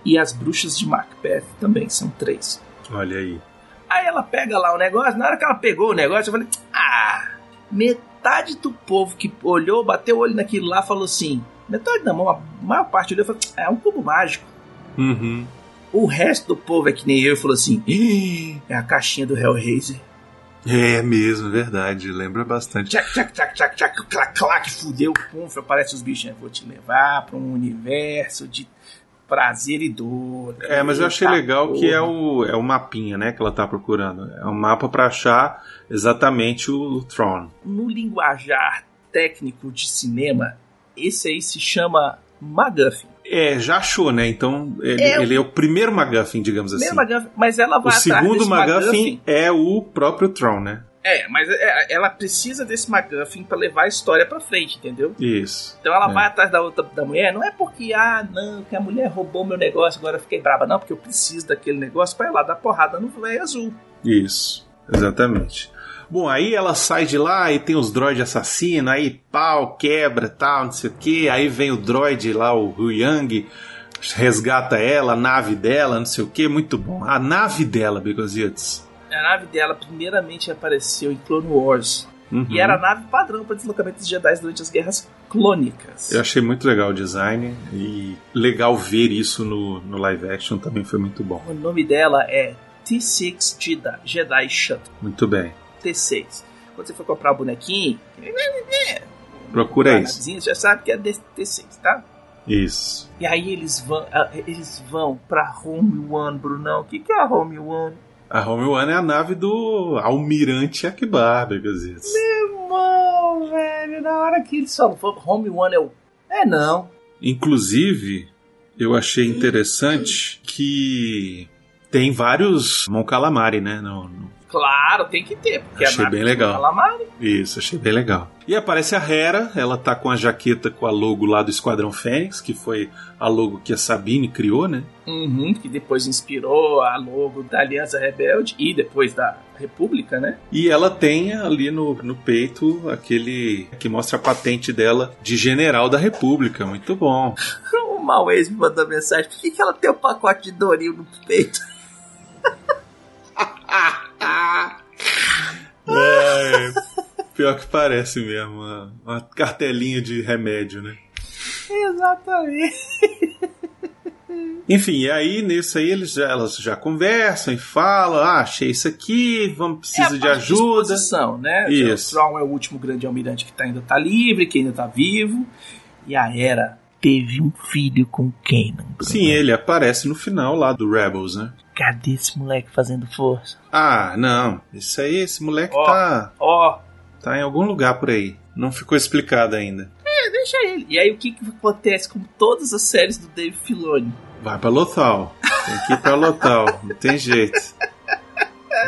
Speaker 2: E as bruxas de Macbeth também, são três.
Speaker 3: Olha aí.
Speaker 2: Aí ela pega lá o negócio, na hora que ela pegou o negócio, eu falei, ah, metade do povo que olhou, bateu o olho naquilo lá, falou assim, metade da mão, a maior parte olhou e falou, "Ah, é um cubo mágico.
Speaker 3: Uhum.
Speaker 2: O resto do povo é que nem eu e falou assim, "Ih, é a caixinha do Hellraiser.
Speaker 3: É mesmo, verdade. Lembra bastante.
Speaker 2: Tchac, tchac, tchac, tchac, tchac, clac, clac, fudeu, pum, aparece os bichos. né? Vou te levar pra um universo de prazer e dor.
Speaker 3: É, mas eu achei
Speaker 2: Eita
Speaker 3: legal que
Speaker 2: porra.
Speaker 3: é o, é o mapinha, né, que ela tá procurando. É um mapa pra achar exatamente o Throne.
Speaker 2: No linguajar técnico de cinema, esse aí se chama MacGuffin.
Speaker 3: É, já achou, né? Então ele ele
Speaker 2: É
Speaker 3: é,
Speaker 2: o-
Speaker 3: o primeiro MacGuffin, digamos
Speaker 2: Não é
Speaker 3: assim.
Speaker 2: MacGuffin, mas ela
Speaker 3: O
Speaker 2: vai atrás
Speaker 3: segundo
Speaker 2: desse
Speaker 3: MacGuffin é o próprio Tron, né?
Speaker 2: É, mas é- ela precisa desse MacGuffin pra levar a história pra frente, entendeu?
Speaker 3: Isso.
Speaker 2: Então ela
Speaker 3: É.
Speaker 2: vai atrás da outra da mulher, não é porque, ah, não, que a mulher roubou meu negócio, agora eu fiquei braba, não, porque eu preciso daquele negócio pra ir lá dar porrada no velho azul.
Speaker 3: Isso. Exatamente. Bom, aí ela sai de lá e tem os droids assassinos, aí pau, quebra, tal, não sei o que. Aí vem o droid lá, o Hu Yang, resgata ela, a nave dela, não sei o que. Muito bom. A nave dela, Bigositos.
Speaker 2: A nave dela primeiramente apareceu em Clone Wars.
Speaker 3: Uhum.
Speaker 2: E era a nave padrão para deslocamento dos Jedi durante as guerras clônicas.
Speaker 3: Eu achei muito legal o design e legal ver isso no, no live action também foi muito bom.
Speaker 2: O nome dela é T6 Jedi, Jedi Shuttle.
Speaker 3: Muito bem.
Speaker 2: T6. Quando você for comprar o bonequinho, é
Speaker 3: Procura isso.
Speaker 2: você já sabe que é D- T6, tá?
Speaker 3: Isso.
Speaker 2: E aí eles vão, ah, eles vão pra Home One, Brunão. O que, que é a Home One?
Speaker 3: A Home One é a nave do Almirante Akbar, Begazitos.
Speaker 2: Irmão, velho, na hora que eles falam Home One é o. É não.
Speaker 3: Inclusive, eu achei interessante que tem vários Mon Calamari, né? No, no-
Speaker 2: Claro, tem que ter, porque
Speaker 3: Achei
Speaker 2: a nave
Speaker 3: bem legal.
Speaker 2: fala mais.
Speaker 3: Isso, achei bem legal. E aparece a Hera, ela tá com a jaqueta com a logo lá do Esquadrão Fênix, que foi a logo que a Sabine criou, né?
Speaker 2: Uhum, que depois inspirou a logo da Aliança Rebelde e depois da República, né?
Speaker 3: E ela tem ali no, no peito aquele que mostra a patente dela de general da república. Muito bom.
Speaker 4: o mau ex me mandou mensagem. Por que, que ela tem um pacote de Doril no peito?
Speaker 3: É, pior que parece mesmo. Uma, uma cartelinha de remédio, né?
Speaker 4: Exatamente.
Speaker 3: Enfim, e aí nesse aí eles já, elas já conversam e falam: ah, achei isso aqui, vamos
Speaker 2: É a
Speaker 3: precisa de
Speaker 2: parte
Speaker 3: ajuda.
Speaker 2: exposição, né?
Speaker 3: Isso.
Speaker 2: O Thrawn é o último grande almirante que tá- ainda tá livre, que ainda tá vivo. E a Hera
Speaker 4: Teve um filho com Kanan.
Speaker 3: Sim, ele aparece no final lá do Rebels, né?
Speaker 4: Cadê esse moleque fazendo força?
Speaker 3: Ah, não. Isso aí, esse moleque
Speaker 2: Ó.
Speaker 3: tá,
Speaker 2: Ó,
Speaker 3: tá em algum lugar por aí. Não ficou explicado ainda.
Speaker 2: é, deixa ele. E aí o que, que acontece com todas as séries do Dave Filoni?
Speaker 3: Vai pra Lothal. Tem que ir pra Lothal. Não tem jeito.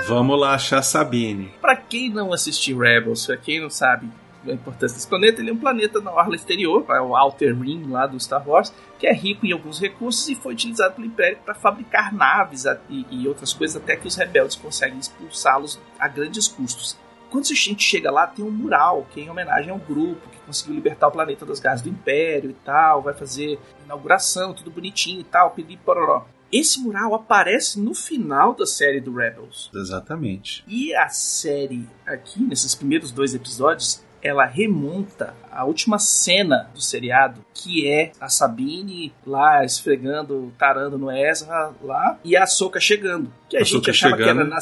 Speaker 3: Vamos lá achar a Sabine.
Speaker 2: Pra quem não assistiu Rebels, pra quem não sabe a importância desse planeta. Ele é um planeta na orla exterior, é o Outer Rim lá do Star Wars, que é rico em alguns recursos e foi utilizado pelo Império para fabricar naves e, e outras coisas, até que os rebeldes conseguem expulsá-los a grandes custos. Quando a gente chega lá, tem um mural que é em homenagem a um grupo que conseguiu libertar o planeta das garras do Império e tal, vai fazer inauguração, tudo bonitinho e tal, pedir pororó. Esse mural aparece no final da série do Rebels.
Speaker 3: Exatamente.
Speaker 2: E a série aqui, nesses primeiros dois episódios, ela remonta à última cena do seriado, que é a Sabine lá esfregando, tarando no Ezra lá, e a Soca chegando. Que a,
Speaker 3: A
Speaker 2: gente
Speaker 3: Ahsoka
Speaker 2: achava que
Speaker 3: chegando.
Speaker 2: era na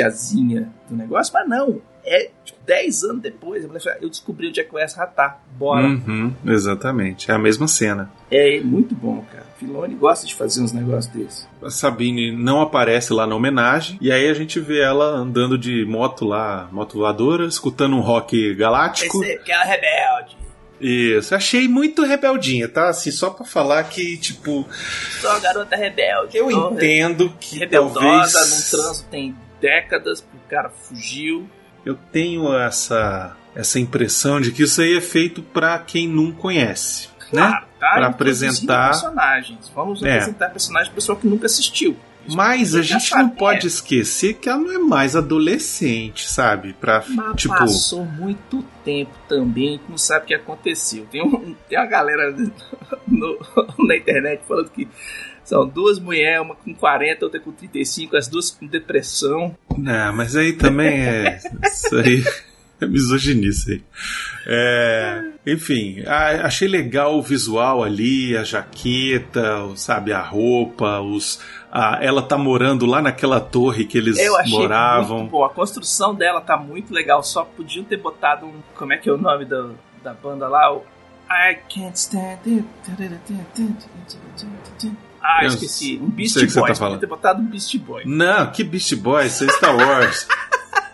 Speaker 2: sequenciazinha do negócio, mas não. É tipo, 10 anos depois, a mulher fala, eu descobri onde é que o Ezra tá. Bora.
Speaker 3: Uhum, exatamente. É a mesma cena.
Speaker 2: É muito bom, cara. Filone gosta de fazer uns negócios desses.
Speaker 3: A Sabine não aparece lá na homenagem, e aí a gente vê ela andando de moto lá, moto voadora, escutando um rock galáctico.
Speaker 2: Esse é porque ela é rebelde.
Speaker 3: Isso, achei muito rebeldinha, tá? Assim, só pra falar que, tipo,
Speaker 2: Sou uma garota rebelde.
Speaker 3: eu
Speaker 2: Sou
Speaker 3: entendo que
Speaker 2: Rebeldosa,
Speaker 3: talvez
Speaker 2: num transo tem décadas, o cara fugiu.
Speaker 3: eu tenho essa essa impressão de que isso aí é feito pra quem não conhece, né?
Speaker 2: Claro, tá
Speaker 3: Pra
Speaker 2: introduzindo
Speaker 3: apresentar-
Speaker 2: personagens. Vamos
Speaker 3: É.
Speaker 2: apresentar personagens pessoal que nunca assistiu. Isso
Speaker 3: Mas a
Speaker 2: eu já
Speaker 3: gente não
Speaker 2: sabia.
Speaker 3: pode esquecer que ela não é mais adolescente, sabe? Pra,
Speaker 2: Mas
Speaker 3: tipo,
Speaker 2: passou muito tempo também, que não sabe o que aconteceu. Tem, um, tem uma galera no- na internet falando que são duas mulheres, uma com 40, outra com 35, as duas com depressão.
Speaker 3: Não, né, mas aí também é. Isso aí é misoginíssimo. aí. É, enfim, a- achei legal o visual ali, a jaqueta, o- sabe, a roupa, os. a- ela tá morando lá naquela torre que eles
Speaker 2: Eu achei
Speaker 3: moravam.
Speaker 2: muito bom. A construção dela tá muito legal, só podiam ter botado um. Como é que é o nome da, da banda lá? O I can't stand it. Ah,
Speaker 3: Eu
Speaker 2: esqueci. Um
Speaker 3: sei
Speaker 2: Beast
Speaker 3: o que você
Speaker 2: Boy.
Speaker 3: tá
Speaker 2: podiam
Speaker 3: falando.
Speaker 2: ter botado um Beast Boy.
Speaker 3: Não, que Beast Boy, isso é Star Wars.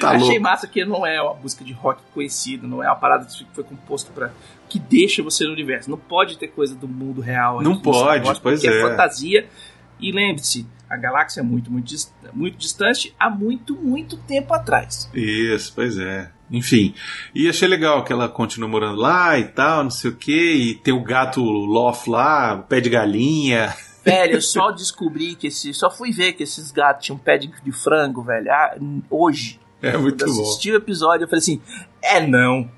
Speaker 3: tá
Speaker 2: Achei
Speaker 3: louco.
Speaker 2: massa que não é uma música de rock conhecida, não é uma parada que foi composto para que deixa você no universo. Não pode ter coisa do mundo real. aqui
Speaker 3: Não
Speaker 2: no Star
Speaker 3: pode,
Speaker 2: Wars,
Speaker 3: pois
Speaker 2: porque
Speaker 3: é.
Speaker 2: fantasia. E lembre-se, a galáxia é muito, muito, dis- muito distante há muito, muito tempo atrás.
Speaker 3: Isso, pois é. Enfim, e achei legal que ela continua morando lá e tal, não sei o que, e tem o gato Lof lá, o pé de galinha.
Speaker 4: Velho,
Speaker 2: Velho, eu só descobri que esse. Só fui ver que esses gatos tinham um pé de, de frango, velho. Ah, n- hoje.
Speaker 3: É muito
Speaker 2: Quando eu
Speaker 3: bom.
Speaker 2: assisti o episódio, eu falei assim: é não.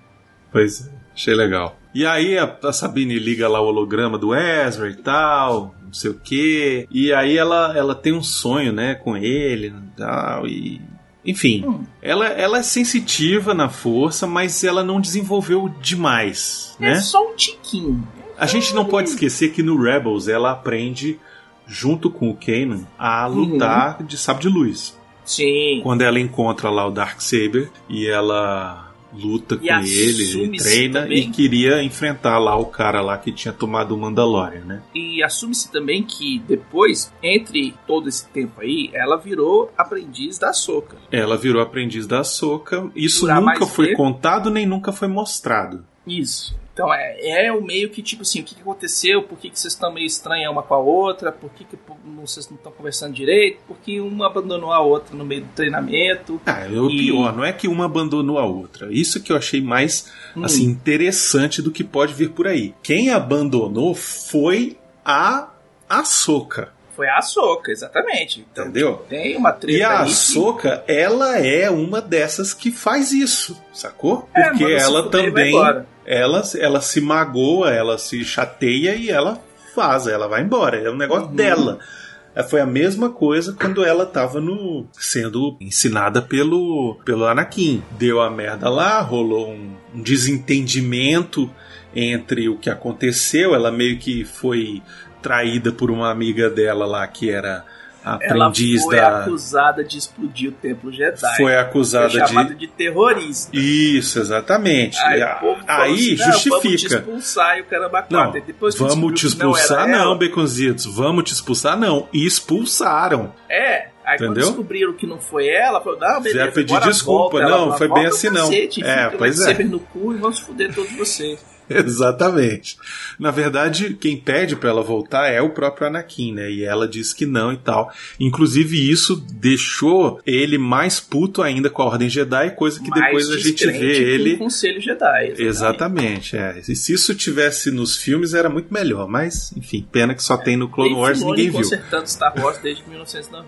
Speaker 3: Pois é, achei legal. E aí a, a Sabine liga lá o holograma do Ezra e tal, não sei o quê. E aí ela, ela tem um sonho, né, com ele e tal, e... Enfim,
Speaker 2: Hum.
Speaker 3: ela, ela é sensitiva na força, mas ela não desenvolveu demais, né?
Speaker 2: É só um tiquinho.
Speaker 3: A gente não pode esquecer que no Rebels ela aprende, junto com o Kanan, a lutar de sabre de luz.
Speaker 2: Sim.
Speaker 3: Quando ela encontra lá o Darksaber e ela luta
Speaker 2: E
Speaker 3: com ele,
Speaker 2: assume-se
Speaker 3: treina
Speaker 2: também.
Speaker 3: e queria enfrentar lá o cara lá que tinha tomado o Mandalorian, né?
Speaker 2: E assume-se também que depois, entre todo esse tempo aí, ela virou aprendiz da soca.
Speaker 3: Ela virou aprendiz da Soca. Isso
Speaker 2: Por A
Speaker 3: nunca
Speaker 2: mais
Speaker 3: foi
Speaker 2: B.
Speaker 3: contado nem nunca foi mostrado.
Speaker 2: Isso. Então é, é o meio que tipo assim, o que, que aconteceu, por que, que vocês estão meio estranha uma com a outra, por que, que pô, não- vocês não estão conversando direito, por que uma abandonou a outra no meio do treinamento.
Speaker 3: Ah, é o
Speaker 2: E-
Speaker 3: pior, não é que uma abandonou a outra. Isso que eu achei mais
Speaker 2: Hum.
Speaker 3: assim, interessante do que pode vir por aí. Quem abandonou foi a Ahsoka,
Speaker 2: Foi a Soca, exatamente. Então,
Speaker 3: entendeu?
Speaker 2: Tem uma treta
Speaker 3: E a
Speaker 2: ali que-
Speaker 3: Ahsoka, ela é uma dessas que faz isso, sacou?
Speaker 2: É,
Speaker 3: Porque
Speaker 2: manda se
Speaker 3: ela
Speaker 2: fuder e vai
Speaker 3: também,
Speaker 2: embora.
Speaker 3: ela, ela se magoa, ela se chateia e ela faz, ela vai embora, é um negócio
Speaker 2: Uhum.
Speaker 3: dela. É, Foi a mesma coisa quando ela tava no sendo ensinada pelo pelo Anakin. Deu a merda lá, rolou um, um desentendimento entre o que aconteceu, ela meio que foi traída por uma amiga dela lá que era a
Speaker 2: Ela
Speaker 3: aprendiz
Speaker 2: foi
Speaker 3: da
Speaker 2: acusada de explodir o templo Jedi.
Speaker 3: foi
Speaker 2: Foi
Speaker 3: acusada de
Speaker 2: chamada de, terrorista.
Speaker 3: isso, exatamente.
Speaker 2: Aí,
Speaker 3: E
Speaker 2: o
Speaker 3: a-
Speaker 2: povo falou
Speaker 3: aí
Speaker 2: assim, "Não, Vamos te
Speaker 3: justifica.
Speaker 2: expulsar e o cara
Speaker 3: Não,
Speaker 2: bateu. Depois que
Speaker 3: Vamos te
Speaker 2: descobriu que não era
Speaker 3: expulsar,
Speaker 2: ela,
Speaker 3: não, Beconzitos. Vamos te expulsar, não. E expulsaram.
Speaker 2: É, aí quando
Speaker 3: Entendeu?
Speaker 2: descobriram que não foi ela, falou, não, beleza,
Speaker 3: Já pedi
Speaker 2: agora
Speaker 3: desculpa,
Speaker 2: volta,
Speaker 3: não,
Speaker 2: ela
Speaker 3: foi
Speaker 2: volta
Speaker 3: bem
Speaker 2: o
Speaker 3: assim, não.
Speaker 2: cacete,
Speaker 3: É,
Speaker 2: fica
Speaker 3: pois
Speaker 2: com
Speaker 3: é.
Speaker 2: saber no cu e vamos foder todos vocês.
Speaker 3: Exatamente. Na verdade, quem pede para ela voltar é o próprio Anakin, né? E ela diz que não e tal. Inclusive, isso deixou ele mais puto ainda com a Ordem Jedi, coisa que
Speaker 2: Mais
Speaker 3: depois a gente
Speaker 2: descrente
Speaker 3: vê
Speaker 2: que
Speaker 3: ele.
Speaker 2: o Conselho Jedi.
Speaker 3: Exatamente, é. E se isso tivesse nos filmes era muito melhor, mas enfim, pena que só tem no Clone
Speaker 2: Dave
Speaker 3: Wars e
Speaker 2: Filoni
Speaker 3: ninguém viu.
Speaker 2: consertando Star Wars desde 1990.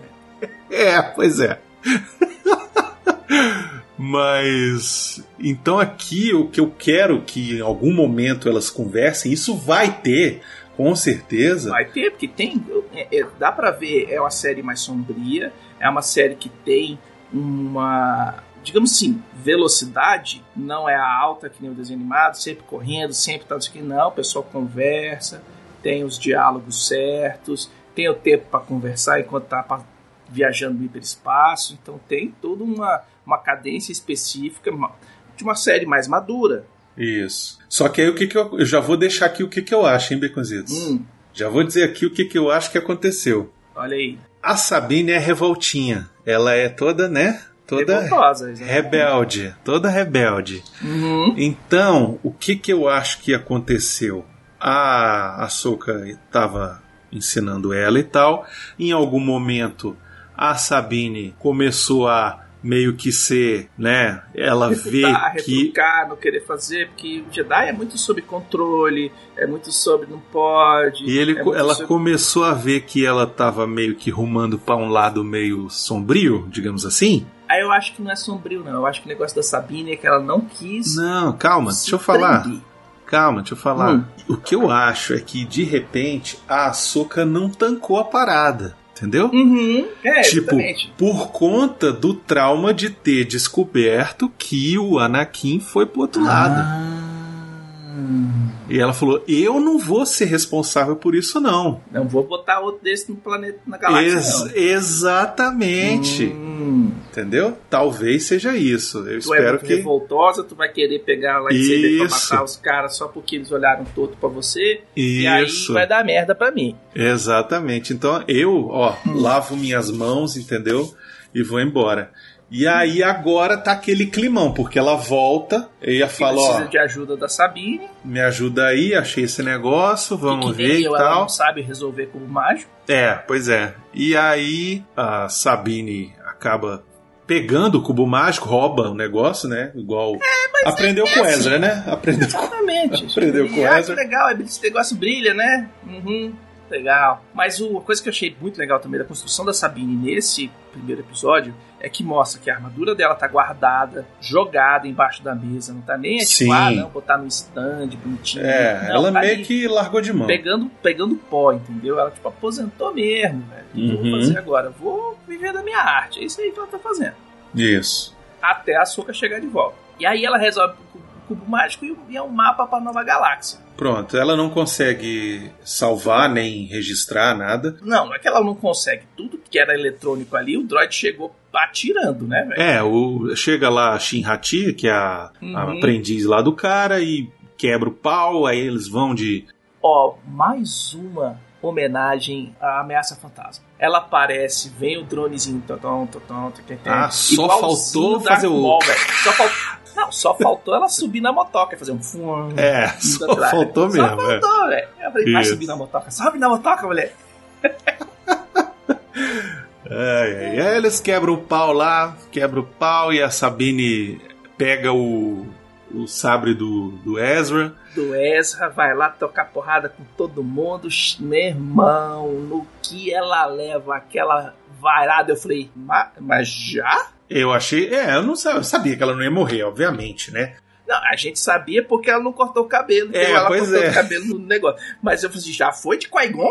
Speaker 3: É, pois é. Mas então aqui o que eu quero que em algum momento elas conversem, isso vai ter, com certeza.
Speaker 2: Vai ter, porque tem. é- é- dá pra ver, é uma série mais sombria, é uma série que tem uma. Digamos assim, velocidade não é a alta que nem o desenho animado, sempre correndo, sempre tal, isso aqui. Não, o pessoal conversa, tem os diálogos certos, tem o tempo pra conversar enquanto tá pa- viajando no hiperespaço. Então tem toda uma, uma cadência específica uma- de uma série mais madura.
Speaker 3: Isso. Só que aí o que, que eu, eu já vou deixar aqui o que, que eu acho, hein, Beconzitos?
Speaker 2: Hum,
Speaker 3: Já vou dizer aqui o que, que eu acho que aconteceu.
Speaker 2: olha aí.
Speaker 3: A Sabine é revoltinha. Ela é toda, né? Toda
Speaker 2: Revoltosa, exatamente.
Speaker 3: rebelde. Toda rebelde.
Speaker 2: Uhum.
Speaker 3: Então, o que que eu acho que aconteceu? A Ahsoka estava ensinando ela e tal. Em algum momento, a Sabine começou a meio que ser, né? Ela vê
Speaker 2: Tá,
Speaker 3: que
Speaker 2: retrucar, não querer fazer, porque o Jedi é muito sobre controle, é muito sobre não pode.
Speaker 3: E ele,
Speaker 2: é muito
Speaker 3: ela
Speaker 2: sobre-
Speaker 3: começou a ver que ela tava meio que rumando pra um lado meio sombrio, digamos assim.
Speaker 2: Aí eu acho que não é sombrio, não. Eu acho que o negócio da Sabine é que ela não quis.
Speaker 3: Não, calma,
Speaker 2: se
Speaker 3: deixa eu falar.
Speaker 2: prender.
Speaker 3: Calma, deixa eu falar.
Speaker 2: Hum.
Speaker 3: O que eu acho é que de repente a Soca não tancou a parada, entendeu?
Speaker 2: Uhum. É,
Speaker 3: Tipo,
Speaker 2: exatamente.
Speaker 3: Por conta do trauma de ter descoberto que o Anakin foi pro outro lado.
Speaker 2: Ah,
Speaker 3: E ela falou: "Eu não vou ser responsável por isso não".
Speaker 2: não vou botar outro desse no planeta, na galáxia.
Speaker 3: Ex-
Speaker 2: não.
Speaker 3: exatamente.
Speaker 2: Hum,
Speaker 3: Entendeu? Talvez seja isso. Eu
Speaker 2: tu é
Speaker 3: espero
Speaker 2: muito
Speaker 3: que.
Speaker 2: revoltosa, tu vai querer pegar lá e pra
Speaker 3: Isso.
Speaker 2: matar os caras só porque eles olharam torto pra você. E aí
Speaker 3: Isso.
Speaker 2: vai dar merda pra mim.
Speaker 3: Exatamente. Então eu, ó, lavo minhas mãos, entendeu? E vou embora. E aí agora tá aquele climão, porque ela volta e ia
Speaker 2: Fala,
Speaker 3: falar,
Speaker 2: precisa
Speaker 3: ó,
Speaker 2: de ajuda da Sabine.
Speaker 3: me ajuda aí, achei esse negócio, vamos
Speaker 2: que nem
Speaker 3: ver e
Speaker 2: eu, Ela
Speaker 3: tal.
Speaker 2: não sabe resolver como mágico.
Speaker 3: É, pois é. E aí a Sabine acaba pegando o cubo mágico, rouba o negócio, né? Igual
Speaker 2: É,
Speaker 3: aprendeu
Speaker 2: assim.
Speaker 3: com o Ezra, né? Aprendeu com
Speaker 2: Exatamente.
Speaker 3: Aprendeu com
Speaker 2: E, ah, que
Speaker 3: Ezra.
Speaker 2: legal, esse negócio brilha, né? Uhum, legal. Mas o- uma coisa que eu achei muito legal também da construção da Sabine nesse primeiro episódio é que mostra que a armadura dela tá guardada, jogada embaixo da mesa. Não tá nem tipo,
Speaker 3: Sim.
Speaker 2: ah, não, botar no stand, bonitinho.
Speaker 3: É,
Speaker 2: Não,
Speaker 3: ela
Speaker 2: tá
Speaker 3: meio
Speaker 2: ali,
Speaker 3: que largou de mão.
Speaker 2: Pegando, pegando pó, entendeu? Ela, tipo, aposentou mesmo, velho. O que eu
Speaker 3: Uhum.
Speaker 2: vou fazer agora? Vou viver da minha arte. É isso aí que ela tá fazendo.
Speaker 3: Isso.
Speaker 2: até a Soca chegar de volta. E aí ela resolve o cubo, o cubo mágico e- e é um mapa pra nova galáxia.
Speaker 3: Pronto, ela não consegue salvar nem registrar nada.
Speaker 2: Não, não é que ela não consegue. Tudo que era eletrônico ali, o droid chegou atirando, né, velho?
Speaker 3: É, o, chega lá a Shinhati, que é a, a
Speaker 2: Uhum.
Speaker 3: aprendiz lá do cara, e quebra o pau, aí eles vão de.
Speaker 2: Ó, mais uma homenagem à ameaça fantasma. Ela aparece, vem o dronezinho, totão, totão, totão, totão,
Speaker 3: Ah, só
Speaker 2: igualzinho
Speaker 3: faltou
Speaker 2: Darth
Speaker 3: fazer o-
Speaker 2: Maul, velho. Só faltou... Não, só faltou ela subir na motoca, fazer um fum.
Speaker 3: É, só
Speaker 2: atrás.
Speaker 3: faltou
Speaker 2: Só
Speaker 3: mesmo. é.
Speaker 2: faltou, velho. Eu falei, vai
Speaker 3: Isso.
Speaker 2: subir na motoca, sobe na motoca, mulher.
Speaker 3: Ai, ai. Aí eles quebram o pau lá, quebra o pau e a Sabine pega o, o sabre do, do Ezra.
Speaker 2: do Ezra, vai lá tocar porrada com todo mundo. Sh- Meu irmão, no que ela leva aquela varada, eu falei, "Ma- mas já?
Speaker 3: Eu achei. É, eu não sa- eu sabia que ela não ia morrer, obviamente, né?
Speaker 2: Não, a gente sabia porque ela não cortou o cabelo.
Speaker 3: É,
Speaker 2: então ela
Speaker 3: pois
Speaker 2: cortou
Speaker 3: é.
Speaker 2: o cabelo no negócio. Mas eu falei assim, já foi de Qui-Gon?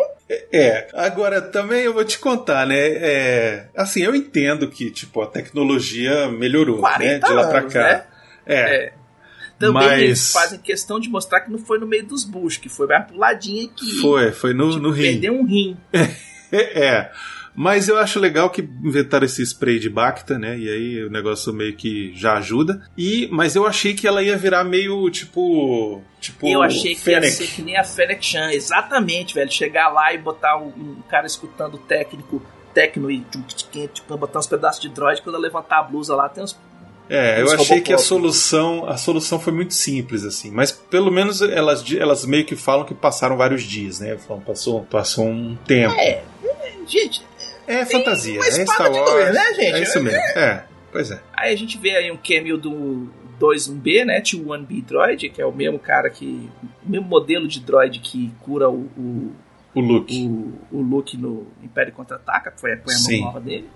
Speaker 3: É, agora também eu vou te contar, né? É, assim, eu entendo que, tipo, a tecnologia melhorou, né?
Speaker 2: 40
Speaker 3: De lá pra
Speaker 2: anos,
Speaker 3: cá.
Speaker 2: né?
Speaker 3: É,
Speaker 2: É. Também
Speaker 3: Mas-
Speaker 2: eles fazem questão de mostrar que não foi no meio dos buchos, que foi mais puladinha que
Speaker 3: foi, foi no, no rim.
Speaker 2: perdeu um rim.
Speaker 3: É. Mas eu acho legal que inventaram esse spray de Bacta, né? E aí o negócio meio que já ajuda. E, mas eu achei que ela ia virar meio tipo. Tipo.
Speaker 2: eu achei que ia
Speaker 3: Fennec.
Speaker 2: ser que nem a Fennec Chan, exatamente, velho. Chegar lá e botar um, um cara escutando o um tipo, técnico, técnico e tchum, tchum, tchum, tchum, botar uns pedaços de droid, quando eu levantar a blusa lá, tem uns
Speaker 3: É, eu
Speaker 2: Os
Speaker 3: achei
Speaker 2: Robocop.
Speaker 3: que a solução, a solução foi muito simples, assim. Mas pelo menos elas, di- elas meio que falam que passaram vários dias, né? Falam, passou, passou um tempo. É,
Speaker 5: Gente,
Speaker 3: fantasia.
Speaker 5: uma
Speaker 3: É
Speaker 5: espada
Speaker 3: Star
Speaker 5: de
Speaker 3: Wars.
Speaker 5: doer, né, gente?
Speaker 3: É isso mesmo. É, pois é.
Speaker 2: Aí a gente vê aí um cameo do 21B, né? T1B Droid, que é o mesmo cara que. O mesmo modelo de droid que cura o, o,
Speaker 3: O look.
Speaker 2: o, o Luke no Império Contra-Ataca, que foi a poema
Speaker 3: Sim.
Speaker 2: nova dele.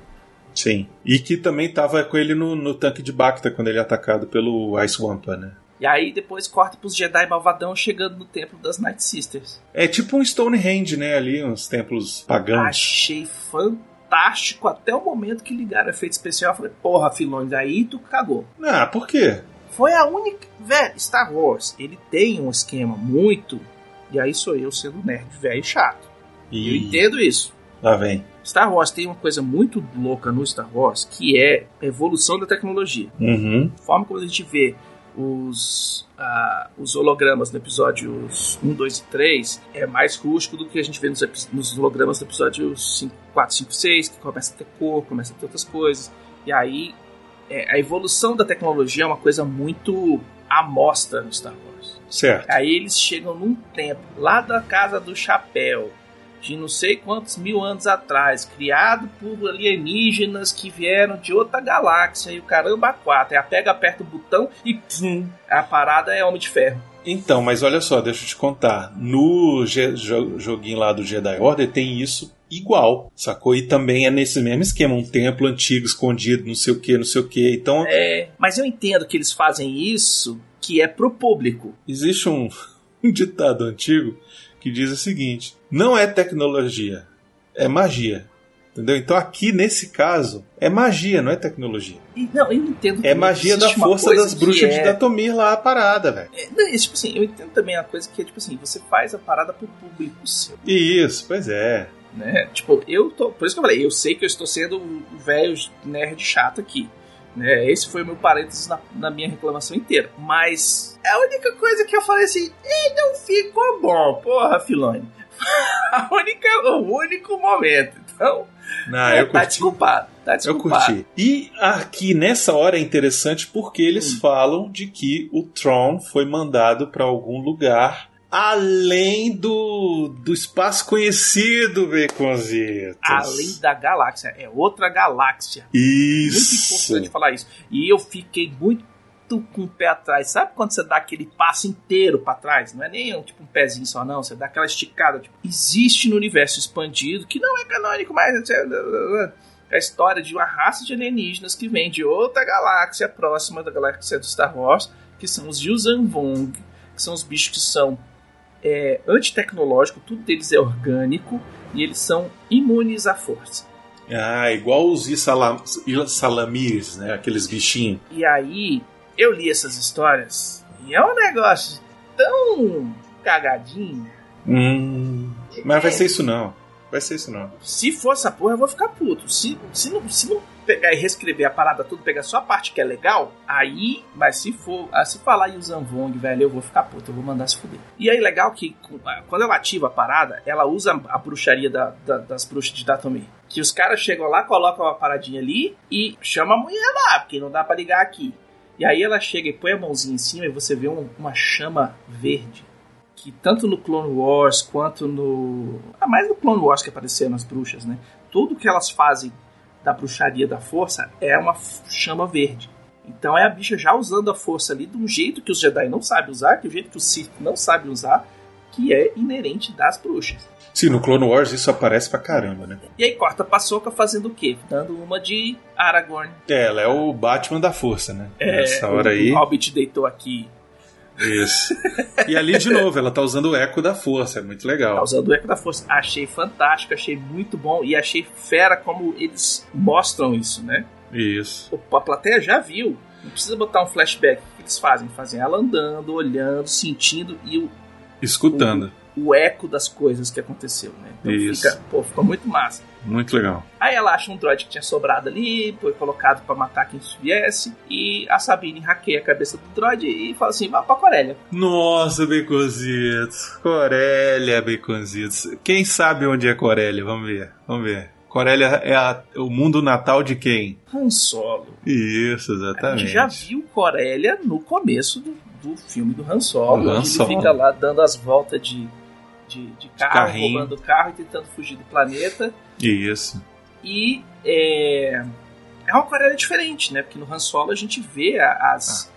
Speaker 3: Sim. E que também tava com ele no, no tanque de Bacta quando ele é atacado pelo Ice Wampa, né?
Speaker 2: E aí depois corta pros Jedi malvadão chegando no templo das Night Sisters.
Speaker 3: É tipo um Stonehenge, né? Ali, uns templos pagãos.
Speaker 2: Achei fantástico até o momento que ligaram o efeito especial. Eu falei, porra, Filoni, aí tu cagou.
Speaker 3: Ah, por quê?
Speaker 2: Foi a única. Velho, Star Wars, ele tem um esquema muito. E aí sou eu sendo nerd, velho e chato. Eu
Speaker 3: E
Speaker 2: entendo isso.
Speaker 3: lá vem.
Speaker 2: Star Wars tem uma coisa muito louca no Star Wars, que é a evolução da tecnologia.
Speaker 3: Uhum.
Speaker 2: A forma como a gente vê os, ah, os hologramas no episódios 1, 2 e 3 é mais rústico do que a gente vê nos, epi- nos hologramas do episódio 5, 4, 5, 6, que começa a ter cor, começa a ter outras coisas. E aí, é, a evolução da tecnologia é uma coisa muito amostra no Star Wars.
Speaker 3: Certo.
Speaker 2: Aí eles chegam num tempo lá da casa do chapéu, de não sei quantos mil anos atrás, criado por alienígenas que vieram de outra galáxia e o caramba quatro. Aí a pega, aperta o botão e pum, a parada é Homem de Ferro.
Speaker 3: Então, mas olha só, deixa eu te contar. No je- jo- joguinho lá do Jedi Order tem isso igual, sacou? E também é nesse mesmo esquema, um templo antigo escondido, não sei o que, não sei o que. Então,
Speaker 2: É, mas eu entendo que eles fazem isso que é pro público.
Speaker 3: existe um, um ditado antigo que diz o seguinte: não é tecnologia, é magia. Entendeu? Então, aqui nesse caso, é magia, não é tecnologia.
Speaker 2: E, não, eu entendo também
Speaker 3: É magia
Speaker 2: que
Speaker 3: da
Speaker 2: existe uma
Speaker 3: força
Speaker 2: coisa
Speaker 3: das
Speaker 2: que
Speaker 3: bruxas de
Speaker 2: é-
Speaker 3: Datomir lá, a parada, velho.
Speaker 2: é, não, e, tipo assim, eu entendo também a coisa que é tipo assim, você faz a parada pro público seu.
Speaker 3: Isso, pois é.
Speaker 2: né? Tipo, eu tô. Por isso que eu falei, eu sei que eu estou sendo o velho nerd chato aqui. Né? Esse foi o meu parênteses na, na minha reclamação inteira. Mas é a única coisa que eu falei assim, e não ficou bom, porra, Filone. a única, o único momento. Então,
Speaker 3: Ah, eu
Speaker 2: tá
Speaker 3: curti.
Speaker 2: desculpado. Tá
Speaker 3: Eu
Speaker 2: desculpado.
Speaker 3: curti. E aqui nessa hora é interessante porque eles
Speaker 2: Hum.
Speaker 3: falam de que o Tron foi mandado pra algum lugar além do, do espaço conhecido, Baconzitos.
Speaker 2: Além da galáxia, é outra galáxia. Muito
Speaker 3: Isso.
Speaker 2: importante falar isso. E eu fiquei muito com o pé atrás. Sabe quando você dá aquele passo inteiro pra trás? Não é nem um, tipo um pezinho só, não. Você dá aquela esticada. tipo, existe no universo expandido, que não é canônico, mas é é a história de uma raça de alienígenas que vem de outra galáxia próxima da galáxia do Star Wars, que são os Yuzanvong, que são os bichos que são é, antitecnológicos, tudo deles é orgânico, e eles são imunes à força.
Speaker 3: Ah, igual os Issalam- Issalamires, né? Aqueles bichinhos.
Speaker 2: E aí, eu li essas histórias e é um negócio tão cagadinho.
Speaker 3: Hum, mas
Speaker 2: É.
Speaker 3: vai ser isso não. Vai ser isso não.
Speaker 2: Se for essa porra, eu vou ficar puto. Se, se não, se não pegar e reescrever a parada toda, pegar só a parte que é legal, aí, mas se for, ah, se falar Yusan Vong, velho, eu vou ficar puto, eu vou mandar se fuder. E aí, legal que com- ah, quando ela ativa a parada, ela usa a bruxaria da- da- das bruxas de Datomir. Que os caras chegam lá, colocam uma paradinha ali e chama a mulher lá, porque não dá pra ligar aqui. E aí ela chega e põe a mãozinha em cima e você vê um- uma chama verde. Que tanto no Clone Wars quanto no. Ah, mais no Clone Wars que apareceram as bruxas, né? Tudo que elas fazem da bruxaria da força é uma f- chama verde. Então é a bicha já usando a força ali de um jeito que os Jedi não sabem usar, que o jeito que o Sith não sabe usar, que é inerente das bruxas.
Speaker 3: Sim, no Clone Wars isso aparece pra caramba, né?
Speaker 2: E aí corta a Soca fazendo o quê? Dando uma de Aragorn.
Speaker 3: É, ela é o Batman da força, né? Nessa
Speaker 2: É,
Speaker 3: hora
Speaker 2: o-
Speaker 3: aí.
Speaker 2: O Hobbit deitou aqui
Speaker 3: Isso. E ali, de novo, ela tá usando o eco da força, é muito legal.
Speaker 2: causando o Eco da Força. Achei fantástico, achei muito bom e achei fera como eles mostram isso, né?
Speaker 3: Isso.
Speaker 2: O- A plateia já viu, não precisa botar um flashback. O que eles fazem? Fazem ela andando, olhando, sentindo e o,
Speaker 3: Escutando.
Speaker 2: o eco das coisas que aconteceu, né? Então
Speaker 3: Isso.
Speaker 2: fica, pô, ficou muito massa.
Speaker 3: Muito legal.
Speaker 2: Aí ela acha um droid que tinha sobrado ali, foi colocado pra matar quem viesse, e a Sabine hackeia a cabeça do droid e fala assim: vá pra Corélia.
Speaker 3: Nossa, Baconzitos. Corélia, Baconzitos. Quem sabe onde é Corélia? Vamos ver. Vamos ver. Corélia é a- o mundo natal de quem?
Speaker 2: Han Solo.
Speaker 3: Isso,
Speaker 2: A
Speaker 3: exatamente.
Speaker 2: gente já viu Corélia no começo do, do filme do Han Solo.
Speaker 3: Do Han
Speaker 2: onde
Speaker 3: Solo.
Speaker 2: Ele fica lá dando as voltas de, de, de carro,
Speaker 3: carrinho.
Speaker 2: roubando o carro e tentando fugir do planeta.
Speaker 3: Isso.
Speaker 2: E é, é uma Corélia diferente, né? Porque no Han Solo a gente vê a- as...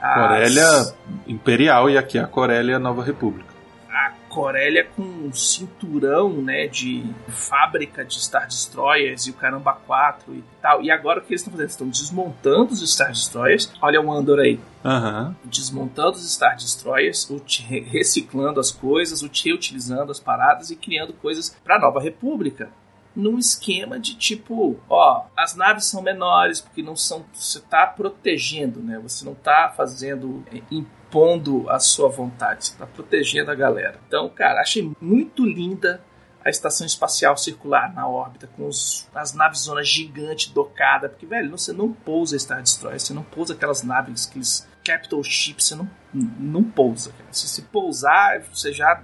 Speaker 2: as-
Speaker 3: Corélia imperial e aqui a Corélia Nova República.
Speaker 2: a Corélia com um cinturão, né, de fábrica de Star Destroyers e o Caramba 4 e tal. E agora o que eles estão fazendo? Eles estão desmontando os Star Destroyers. Olha o Andor aí.
Speaker 3: Aham.
Speaker 2: Desmontando os Star Destroyers, ut- re- reciclando as coisas, ut- reutilizando as paradas e criando coisas para a Nova República. Num esquema de tipo, ó, as naves são menores porque não são. Você tá protegendo, né? Você não tá fazendo é, impondo a sua vontade, você tá protegendo a galera. Então, cara, achei muito linda a estação espacial circular na órbita, com os- as naves zonas gigantes docada, porque, velho, você não pousa Star Destroyer, você não pousa aquelas naves, aqueles Capital Ships, você não, não pousa, cara. Se você pousar, você já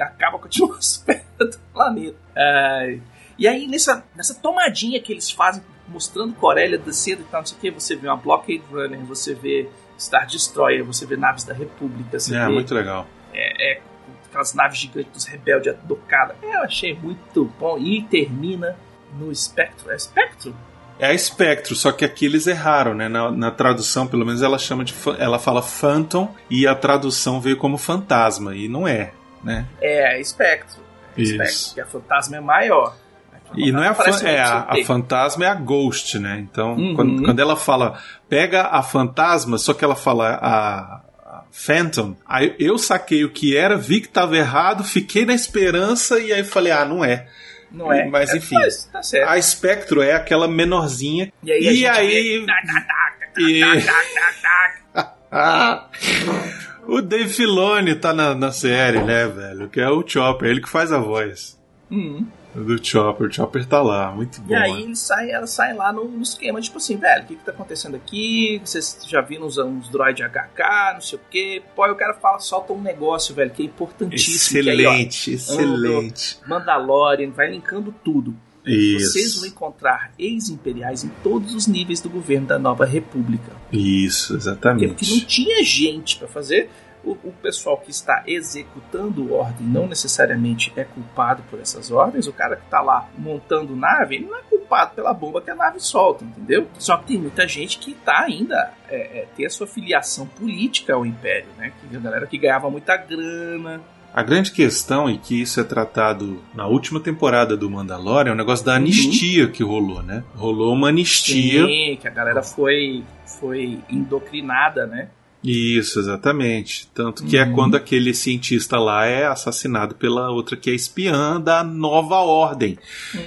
Speaker 2: acaba com a atmosfera do planeta. Ai. e aí, nessa, nessa tomadinha que eles fazem, mostrando Corélia descendo e tal, não sei o que, você vê uma Blockade Runner, você vê Star Destroyer, você vê naves da República, você
Speaker 3: É,
Speaker 2: vê
Speaker 3: muito legal.
Speaker 2: aquelas naves gigantes dos rebeldes adocadas. Eu achei muito bom. E termina no espectro. É espectro?
Speaker 3: É a Spectro, só que aqui eles erraram, né? Na, na tradução, pelo menos, ela chama de. fa- Ela fala Phantom e a tradução veio como fantasma, e não é, né?
Speaker 2: É, é espectro. É
Speaker 3: Isso.
Speaker 2: espectro. Porque a fantasma é maior.
Speaker 3: E não é a,
Speaker 2: Parece
Speaker 3: fan-
Speaker 2: um
Speaker 3: é a, a
Speaker 2: sorteio.
Speaker 3: fantasma é a ghost, né? Então,
Speaker 2: Uhum.
Speaker 3: quando, quando ela fala pega a fantasma, só que ela fala a, a phantom, aí eu saquei o que era, vi que tava errado, fiquei na esperança e aí falei, ah, não é.
Speaker 2: Não é.
Speaker 3: Mas,
Speaker 2: É,
Speaker 3: enfim.
Speaker 2: Mas, tá certo.
Speaker 3: A espectro é aquela menorzinha.
Speaker 2: E aí, a
Speaker 3: e
Speaker 2: gente Vê...
Speaker 3: aí-
Speaker 2: Tá, tá, tá, tá, tá,
Speaker 3: E-
Speaker 2: tá, tá, tá.
Speaker 3: Ah! O Dave Filoni tá na, na série, né, velho? Que é o Chopper, ele que faz a voz
Speaker 2: Uhum.
Speaker 3: do Chopper. O Chopper tá lá, muito bom.
Speaker 2: E aí
Speaker 3: né?
Speaker 2: ele sai, ela sai lá no, no esquema, tipo assim, velho, o que, que tá acontecendo aqui? Vocês já viram uns, uns droid HK, não sei o quê. Pô, aí o cara fala, solta um negócio, velho, que é importantíssimo. que aí, ó,
Speaker 3: Excelente, excelente.
Speaker 2: Mandalorian, vai linkando tudo.
Speaker 3: Isso.
Speaker 2: Vocês vão encontrar ex-imperiais em todos os níveis do governo da Nova República. É
Speaker 3: Isso,
Speaker 2: Porque porque não
Speaker 3: exatamente.
Speaker 2: tinha gente para fazer. O, o pessoal que está executando ordem não necessariamente é culpado por essas ordens. O cara que está lá montando nave, ele não é culpado pela bomba que a nave solta, entendeu? Só que tem muita gente que tá ainda é, é, tem a sua filiação política ao Império, né? Que a galera que ganhava muita grana.
Speaker 3: A grande questão, e que isso é tratado na última temporada do Mandalorian, é o negócio da anistia que rolou, né? Rolou uma anistia.
Speaker 2: Sim, que a galera foi foi endocrinada, né?
Speaker 3: Isso, exatamente. Tanto que é
Speaker 2: Uhum.
Speaker 3: quando aquele cientista lá é assassinado pela outra que é espiã da nova ordem.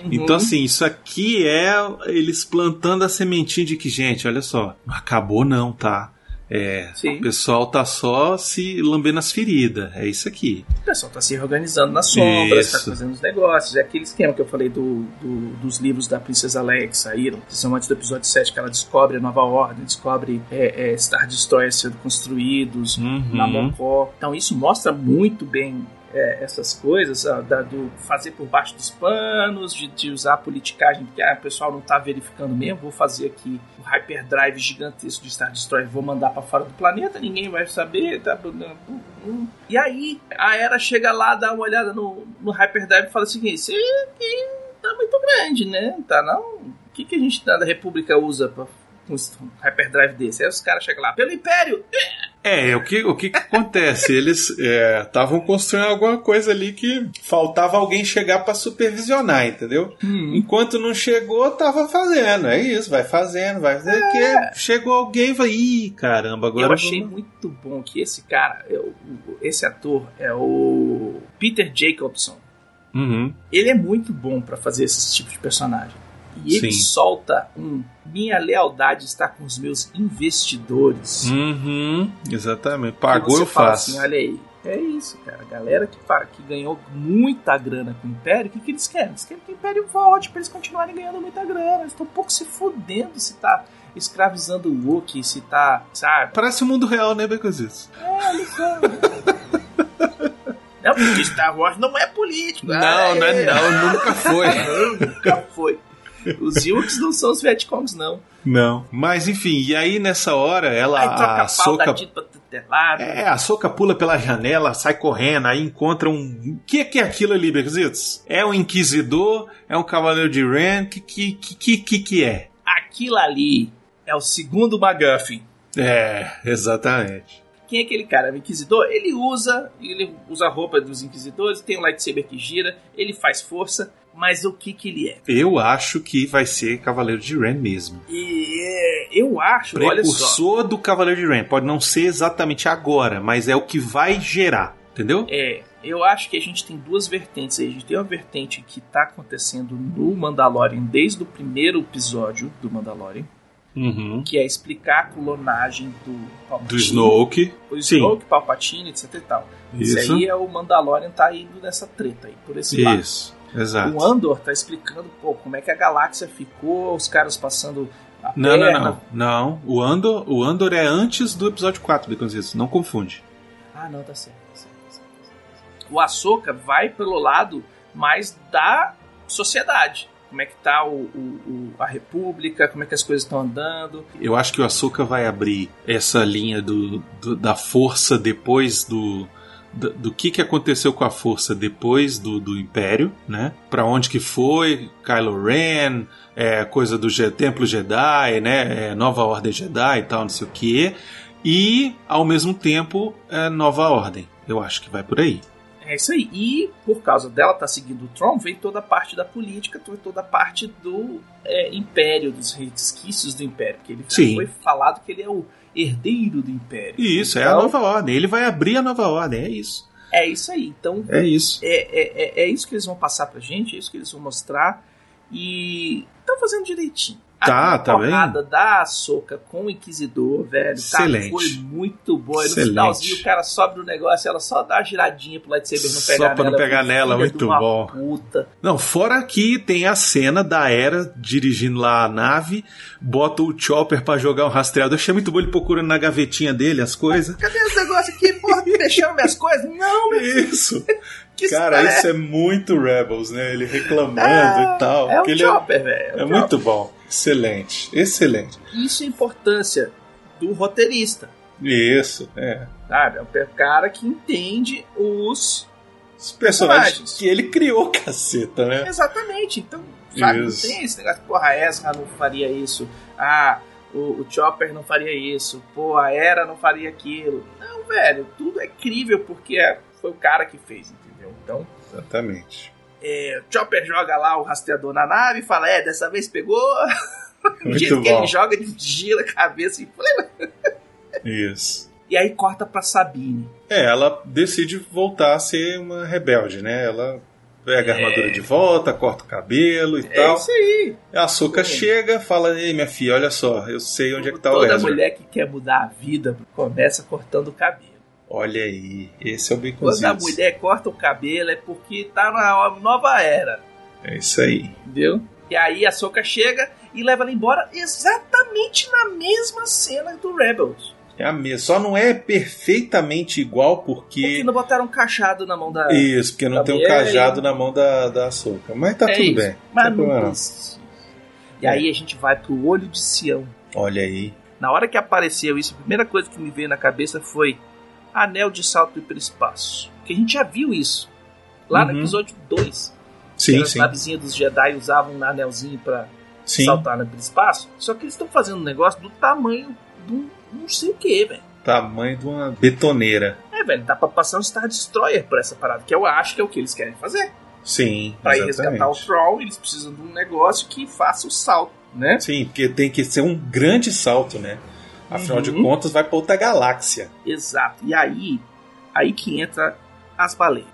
Speaker 3: Então,
Speaker 2: Uhum.
Speaker 3: assim, isso aqui é eles plantando a sementinha de que, gente, olha só, não acabou não, tá? É,
Speaker 2: Sim.
Speaker 3: o pessoal tá só se lambendo as feridas. É isso aqui.
Speaker 2: O pessoal tá se reorganizando nas sombras,
Speaker 3: Isso.
Speaker 2: tá fazendo os negócios. É aquele esquema que eu falei do, do- dos livros da Princesa Leia que saíram, que são antes do episódio 7, que ela descobre a nova ordem, descobre é, é, Star Destroyers sendo construídos na
Speaker 3: Uhum.
Speaker 2: Mocó. Então isso mostra muito bem é, essas coisas, ó, da- do fazer por baixo dos panos, de, de usar a politicagem, porque ah, o pessoal não tá verificando mesmo, vou fazer aqui um hyperdrive gigantesco de Star Destroyer, vou mandar pra fora do planeta, ninguém vai saber, tá... bum, bum, bum. E aí, a Era chega lá, dá uma olhada no, no hyperdrive e fala o seguinte, isso aqui tá muito grande, né? Tá não... O que, que a gente da República usa pra um hyperdrive desse? Aí os caras chegam lá, pelo Império!
Speaker 3: É, o que, o que, que acontece? Eles estavam construindo alguma coisa ali que faltava alguém chegar pra supervisionar, entendeu? Enquanto não chegou, tava fazendo. É isso, vai fazendo, vai fazendo. Que chegou alguém e vai. Ih, caramba, agora.
Speaker 2: É. eu achei
Speaker 3: vamos-
Speaker 2: muito bom que esse cara, é o- o- esse ator é o Peter Jacobson.
Speaker 3: Uhum.
Speaker 2: Ele é muito bom pra fazer esse tipo de personagem. E ele
Speaker 3: Sim.
Speaker 2: solta um minha lealdade está com os meus investidores.
Speaker 3: Uhum, exatamente.
Speaker 2: Que
Speaker 3: Pagou,
Speaker 2: você
Speaker 3: eu
Speaker 2: fala
Speaker 3: faço.
Speaker 2: assim, olha aí. É isso, cara. A galera que, para, que ganhou muita grana com o Império, o que, que eles querem? Eles querem que o Império volte pra eles continuarem ganhando muita grana. Eles estão um pouco se fudendo se tá escravizando o Wookiee, se tá, sabe?
Speaker 3: Parece o mundo real, né, Becozis?
Speaker 2: É, ele come. É porque Star Wars não é político.
Speaker 3: Não, não é não, nunca foi.
Speaker 2: Nunca foi. Os Ewoks não são os Vietcongs, não.
Speaker 3: Não. Mas enfim, e aí nessa hora ela
Speaker 2: Aí troca
Speaker 3: a
Speaker 2: a pau
Speaker 3: Ah, soca
Speaker 2: da Tito pra tutelada.
Speaker 3: é, a soca pula pela janela, sai correndo, aí encontra um. O que, que é aquilo ali, Bexitos? É um inquisidor? É um cavaleiro de Ren? Que que, que, que, que que é?
Speaker 2: Aquilo ali é o segundo MacGuffin.
Speaker 3: É, exatamente.
Speaker 2: Quem é aquele cara? O Inquisidor? Ele usa, ele usa a roupa dos Inquisidores, tem um lightsaber que gira, ele faz força, mas o que que ele é?
Speaker 3: Eu acho que vai ser Cavaleiro de Ren mesmo.
Speaker 2: E é, eu acho, olha só.
Speaker 3: Precursor do Cavaleiro de Ren. Pode não ser exatamente agora, mas é o que vai gerar, entendeu?
Speaker 2: É, eu acho que a gente tem duas vertentes aí. A gente tem uma vertente que tá acontecendo no Mandalorian desde o primeiro episódio do Mandalorian,
Speaker 3: Uhum.
Speaker 2: que é explicar a clonagem do Palpatine.
Speaker 3: Do Snoke.
Speaker 2: O
Speaker 3: Sim.
Speaker 2: Snoke, Palpatine, etc e tal. Isso.
Speaker 3: Isso.
Speaker 2: aí é o Mandalorian tá indo nessa treta aí, por esse lado.
Speaker 3: Isso. Exato.
Speaker 2: O Andor tá explicando, pô, como é que a galáxia ficou, os caras passando a
Speaker 3: Não, não,
Speaker 2: perna.
Speaker 3: não. Não. O Andor, o Andor é antes do episódio 4, Beconzitos. Não confunde.
Speaker 2: Ah, não, tá certo. Tá certo, tá certo, tá certo. O Ahsoka vai pelo lado mais da sociedade. Como é que tá o, o- o- a república, como é que as coisas estão andando.
Speaker 3: Eu acho que o Açúcar vai abrir essa linha do, do- da força depois do. Do, do que, que aconteceu com a força depois do, do Império, né? Pra onde que foi, Kylo Ren, é, coisa do Je- Templo Jedi, né? É, Nova Ordem Jedi e tal, não sei o quê. E, ao mesmo tempo, é, Nova Ordem. Eu acho que vai por aí.
Speaker 2: É isso aí. E por causa dela tá seguindo o Tron, vem toda a parte da política, vem toda a parte do é, império, dos resquícios do império. Porque ele
Speaker 3: Sim.
Speaker 2: foi falado que ele é o herdeiro do império.
Speaker 3: E isso, é a
Speaker 2: Então,
Speaker 3: Nova Ordem. Ele vai abrir a Nova Ordem, é isso.
Speaker 2: É isso aí. Então
Speaker 3: É isso.
Speaker 2: é, é, é, é isso que eles vão passar pra gente, é isso que eles vão mostrar. E estão fazendo direitinho.
Speaker 3: Tá,
Speaker 2: A
Speaker 3: tá
Speaker 2: porrada da soca com o Inquisidor, velho.
Speaker 3: Excelente.
Speaker 2: Tá, foi muito boa. E no
Speaker 3: Excelente.
Speaker 2: finalzinho o cara sobe do negócio, ela só dá uma giradinha pro lightsaber não
Speaker 3: Só
Speaker 2: pegar nela.
Speaker 3: pra não pegar
Speaker 2: Filha
Speaker 3: nela,
Speaker 2: de
Speaker 3: muito
Speaker 2: uma
Speaker 3: bom.
Speaker 2: Puta.
Speaker 3: Não, fora que tem a cena da Era dirigindo lá a nave, bota o Chopper pra jogar um rastreador. Achei muito bom ele procurando na gavetinha dele as coisas.
Speaker 2: Cadê esse negócio aqui? Porra, mexendo minhas coisas? Não, meu filho.
Speaker 3: Isso.
Speaker 2: Que
Speaker 3: Cara,
Speaker 2: história
Speaker 3: isso é muito Rebels, né? Ele reclamando
Speaker 2: É,
Speaker 3: e tal.
Speaker 2: é, é um
Speaker 3: Porque ele
Speaker 2: chopper, velho.
Speaker 3: é muito bom. Excelente. Excelente.
Speaker 2: Isso é a importância do roteirista,
Speaker 3: Isso, é.
Speaker 2: sabe? É o cara que entende os
Speaker 3: Os personagens
Speaker 2: Personagens.
Speaker 3: que ele criou, caceta, né?
Speaker 2: Exatamente. Então, sabe, não
Speaker 3: Isso.
Speaker 2: tem esse negócio. Porra, a Ezra não faria isso. Ah, o, o Chopper não faria isso. Pô, a Era não faria aquilo. Não, velho. Tudo é crível porque é- foi o cara que fez, entendeu? Então,
Speaker 3: Exatamente.
Speaker 2: é, o Chopper joga lá o rastreador na nave e fala, é, dessa vez pegou. o
Speaker 3: Muito
Speaker 2: jeito que
Speaker 3: bom.
Speaker 2: ele joga, ele gira a cabeça e...
Speaker 3: Isso.
Speaker 2: E aí corta pra Sabine.
Speaker 3: É, ela decide voltar a ser uma rebelde, né? Ela pega a armadura de volta, corta o cabelo e
Speaker 2: É
Speaker 3: tal.
Speaker 2: isso aí.
Speaker 3: A Soca
Speaker 2: Sim.
Speaker 3: É, chega, fala: Ei, minha filha, olha só, eu sei onde é que tá o
Speaker 2: Toda
Speaker 3: Ezra.
Speaker 2: mulher que quer mudar a vida começa cortando o cabelo.
Speaker 3: Olha aí, esse é o
Speaker 2: Quando a
Speaker 3: baconzinho.
Speaker 2: mulher corta o cabelo é porque tá na nova era,
Speaker 3: É isso aí.
Speaker 2: entendeu? E aí a Soca chega e leva ela embora exatamente na mesma cena do Rebels.
Speaker 3: É a mesma. Só não é perfeitamente igual
Speaker 2: Porque
Speaker 3: porque.
Speaker 2: não botaram um cachado na mão da.
Speaker 3: Isso, porque não
Speaker 2: Tá
Speaker 3: tem um
Speaker 2: bem.
Speaker 3: cajado na mão da, da Soca. Mas tá
Speaker 2: É
Speaker 3: tudo
Speaker 2: isso.
Speaker 3: bem.
Speaker 2: Mas
Speaker 3: Tá
Speaker 2: não
Speaker 3: problema.
Speaker 2: precisa. E aí a gente vai pro olho de Sião.
Speaker 3: Olha aí.
Speaker 2: Na hora que apareceu isso, a primeira coisa que me veio na cabeça foi anel de salto hiperespaço. Que a gente já viu isso. Lá no
Speaker 3: Uhum.
Speaker 2: episódio 2.
Speaker 3: Sim,
Speaker 2: as
Speaker 3: sim.
Speaker 2: navezinhas dos Jedi usavam um anelzinho pra
Speaker 3: Sim.
Speaker 2: saltar naquele espaço. Só que eles estão fazendo um negócio do tamanho do não sei o que, velho.
Speaker 3: Tamanho de uma betoneira.
Speaker 2: É, velho, dá pra passar um Star Destroyer por essa parada, que eu acho que é o que eles querem fazer.
Speaker 3: Sim.
Speaker 2: Pra ir
Speaker 3: exatamente.
Speaker 2: resgatar o Troll, eles precisam de um negócio que faça o salto, né?
Speaker 3: Sim, porque tem que ser um grande salto, né? Afinal de
Speaker 2: Uhum.
Speaker 3: contas, vai pra outra galáxia.
Speaker 2: Exato. E aí, aí que entra as baleias.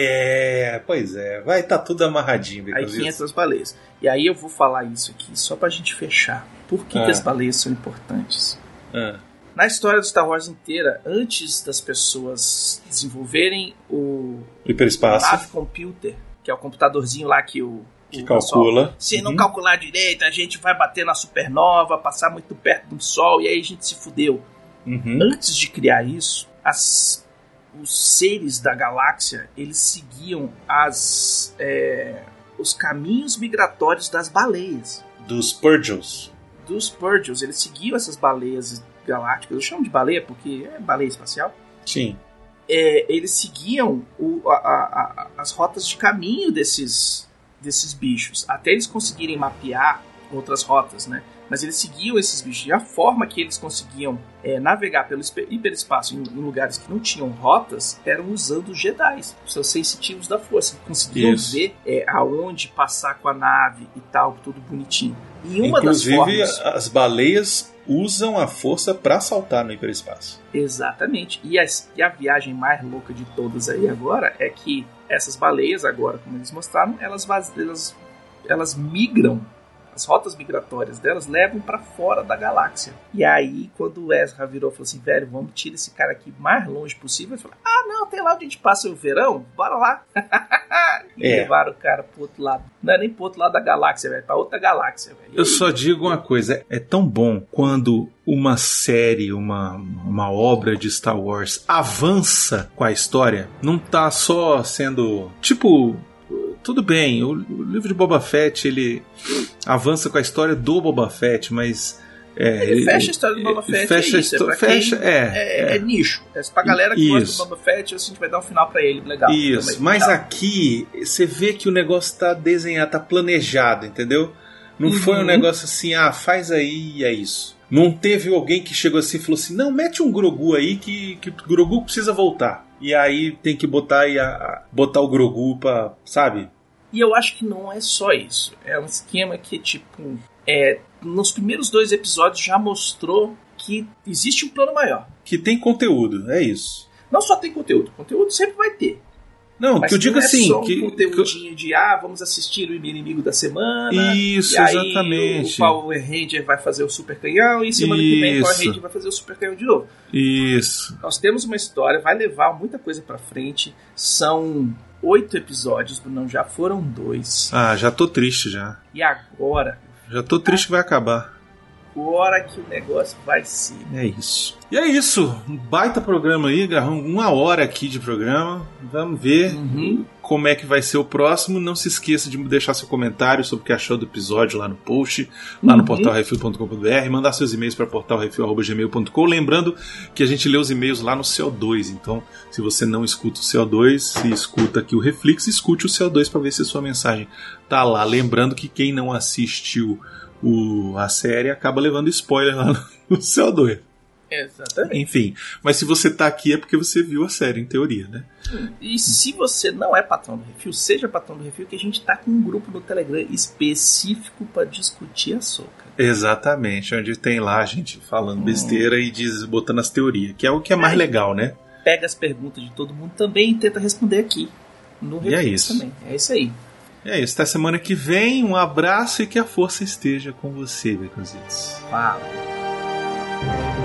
Speaker 3: É, pois é. Vai tá tudo amarradinho,
Speaker 2: Aí
Speaker 3: Beconzitos.
Speaker 2: que entra as baleias. E aí eu vou falar isso aqui só pra gente fechar. Por que, que
Speaker 3: Ah.
Speaker 2: as baleias são importantes?
Speaker 3: Ah.
Speaker 2: Na história do Star Wars inteira, antes das pessoas desenvolverem o
Speaker 3: Hiperespaço.
Speaker 2: Lab Computer, que é o computadorzinho lá que o.
Speaker 3: que
Speaker 2: o pessoal-
Speaker 3: calcula.
Speaker 2: Se não
Speaker 3: Uhum.
Speaker 2: calcular direito, a gente vai bater na supernova, passar muito perto do Sol e aí a gente se fudeu.
Speaker 3: Uhum.
Speaker 2: Antes de criar isso, as- os seres da galáxia eles seguiam as é, os caminhos migratórios das baleias,
Speaker 3: Dos Purgils.
Speaker 2: dos Purgils. Eles seguiam essas baleias galácticas. Eu chamo de baleia porque é baleia espacial.
Speaker 3: Sim.
Speaker 2: É, eles seguiam o- a- a- a- as rotas de caminho desses, desses bichos, até eles conseguirem mapear outras rotas, né? Mas eles seguiam esses bichos. E a forma que eles conseguiam é, navegar pelo espe- hiperespaço em, em lugares que não tinham rotas eram usando os Jedi, os seus sensitivos da força. que Conseguiam
Speaker 3: Isso.
Speaker 2: ver é, aonde passar com a nave e tal, tudo bonitinho. E uma
Speaker 3: Inclusive,
Speaker 2: das formas.
Speaker 3: as baleias usam a força pra saltar no hiperespaço.
Speaker 2: Exatamente. E, as- e a viagem mais louca de todas aí agora é que essas baleias, agora, como eles mostraram, elas, vaz- elas, elas migram. As rotas migratórias delas levam pra fora da galáxia. E aí, quando o Ezra virou e falou assim: velho, vamos tirar esse cara aqui o mais longe possível, ele falou: ah, não, tem lá onde a gente passa o verão, bora lá. e
Speaker 3: É.
Speaker 2: levaram o cara pro outro lado. Não é nem pro outro lado da galáxia, velho, é pra outra galáxia, velho.
Speaker 3: Eu só digo uma coisa: é tão bom quando uma série, uma, uma obra de Star Wars avança com a história, não tá só sendo. Tipo, tudo bem, o, o livro de Boba Fett ele avança com a história do Boba Fett, mas. É,
Speaker 2: Ele fecha a história do Boba Fett,
Speaker 3: Fecha,
Speaker 2: é
Speaker 3: a
Speaker 2: isso, é
Speaker 3: histó-
Speaker 2: pra quem-
Speaker 3: fecha- é,
Speaker 2: É, é nicho. É pra galera que
Speaker 3: Isso.
Speaker 2: gosta do Boba Fett, assim, a gente vai dar um final pra ele, legal.
Speaker 3: Isso,
Speaker 2: Também, Tá.
Speaker 3: mas
Speaker 2: legal.
Speaker 3: aqui você vê que o negócio tá desenhado, tá planejado, entendeu? Não foi um
Speaker 2: Uhum.
Speaker 3: negócio assim, ah, faz aí e é isso. Não teve alguém que chegou assim e falou assim, não, mete um Grogu aí que, que o Grogu precisa voltar. E aí tem que botar, aí a- a- botar o Grogu pra, sabe?
Speaker 2: E eu acho que não é só isso. É um esquema que, tipo, é, nos primeiros dois episódios já mostrou que existe um plano maior.
Speaker 3: Que tem conteúdo, é isso.
Speaker 2: Não só tem conteúdo, conteúdo sempre vai ter.
Speaker 3: Não,
Speaker 2: Mas
Speaker 3: que eu digo
Speaker 2: não é
Speaker 3: assim,
Speaker 2: só um
Speaker 3: que, que-
Speaker 2: conteúdinho de ah, vamos assistir o inimigo da semana.
Speaker 3: Isso,
Speaker 2: e aí
Speaker 3: exatamente.
Speaker 2: o Power Ranger vai fazer o super canhão e semana que vem o Power
Speaker 3: Isso.
Speaker 2: Ranger vai fazer o super canhão de novo.
Speaker 3: Isso.
Speaker 2: Nós temos uma história, vai levar muita coisa pra frente. São oito episódios, Brunão, já foram dois.
Speaker 3: Ah, já tô triste já.
Speaker 2: E agora?
Speaker 3: Já tô triste que vai acabar.
Speaker 2: Agora que o negócio vai ser.
Speaker 3: É isso. E é isso. Um baita programa aí, Garrão. Uma hora aqui de programa. Vamos ver como é que vai ser o próximo. Não se esqueça de deixar seu comentário sobre o que achou do episódio lá no post, lá no
Speaker 2: Uhum.
Speaker 3: portalrefil.com.br. Mandar seus e-mails para portalrefil.gmail.com. Lembrando que a gente lê os e-mails lá no CO2. Então, se você não escuta o CO2, se escuta aqui o Reflex, escute o CO2 para ver se a sua mensagem tá lá. Lembrando que quem não assistiu o- a série acaba levando spoiler lá no- no CO2.
Speaker 2: Exatamente.
Speaker 3: Enfim, mas se você tá aqui é porque você viu a série, em teoria, né?
Speaker 2: E se você não é patrão do Refil, seja patrão do Refil, que a gente tá com um grupo no Telegram específico pra discutir a soca.
Speaker 3: Exatamente, onde tem lá a gente falando besteira e diz, botando as teorias, que é o que é mais legal, né?
Speaker 2: Pega as perguntas de todo mundo também e tenta responder aqui. No
Speaker 3: E é
Speaker 2: Refil
Speaker 3: isso.
Speaker 2: também. É isso aí.
Speaker 3: É isso, até semana que vem, um abraço e que a força esteja com você, Becositos.
Speaker 2: Fala.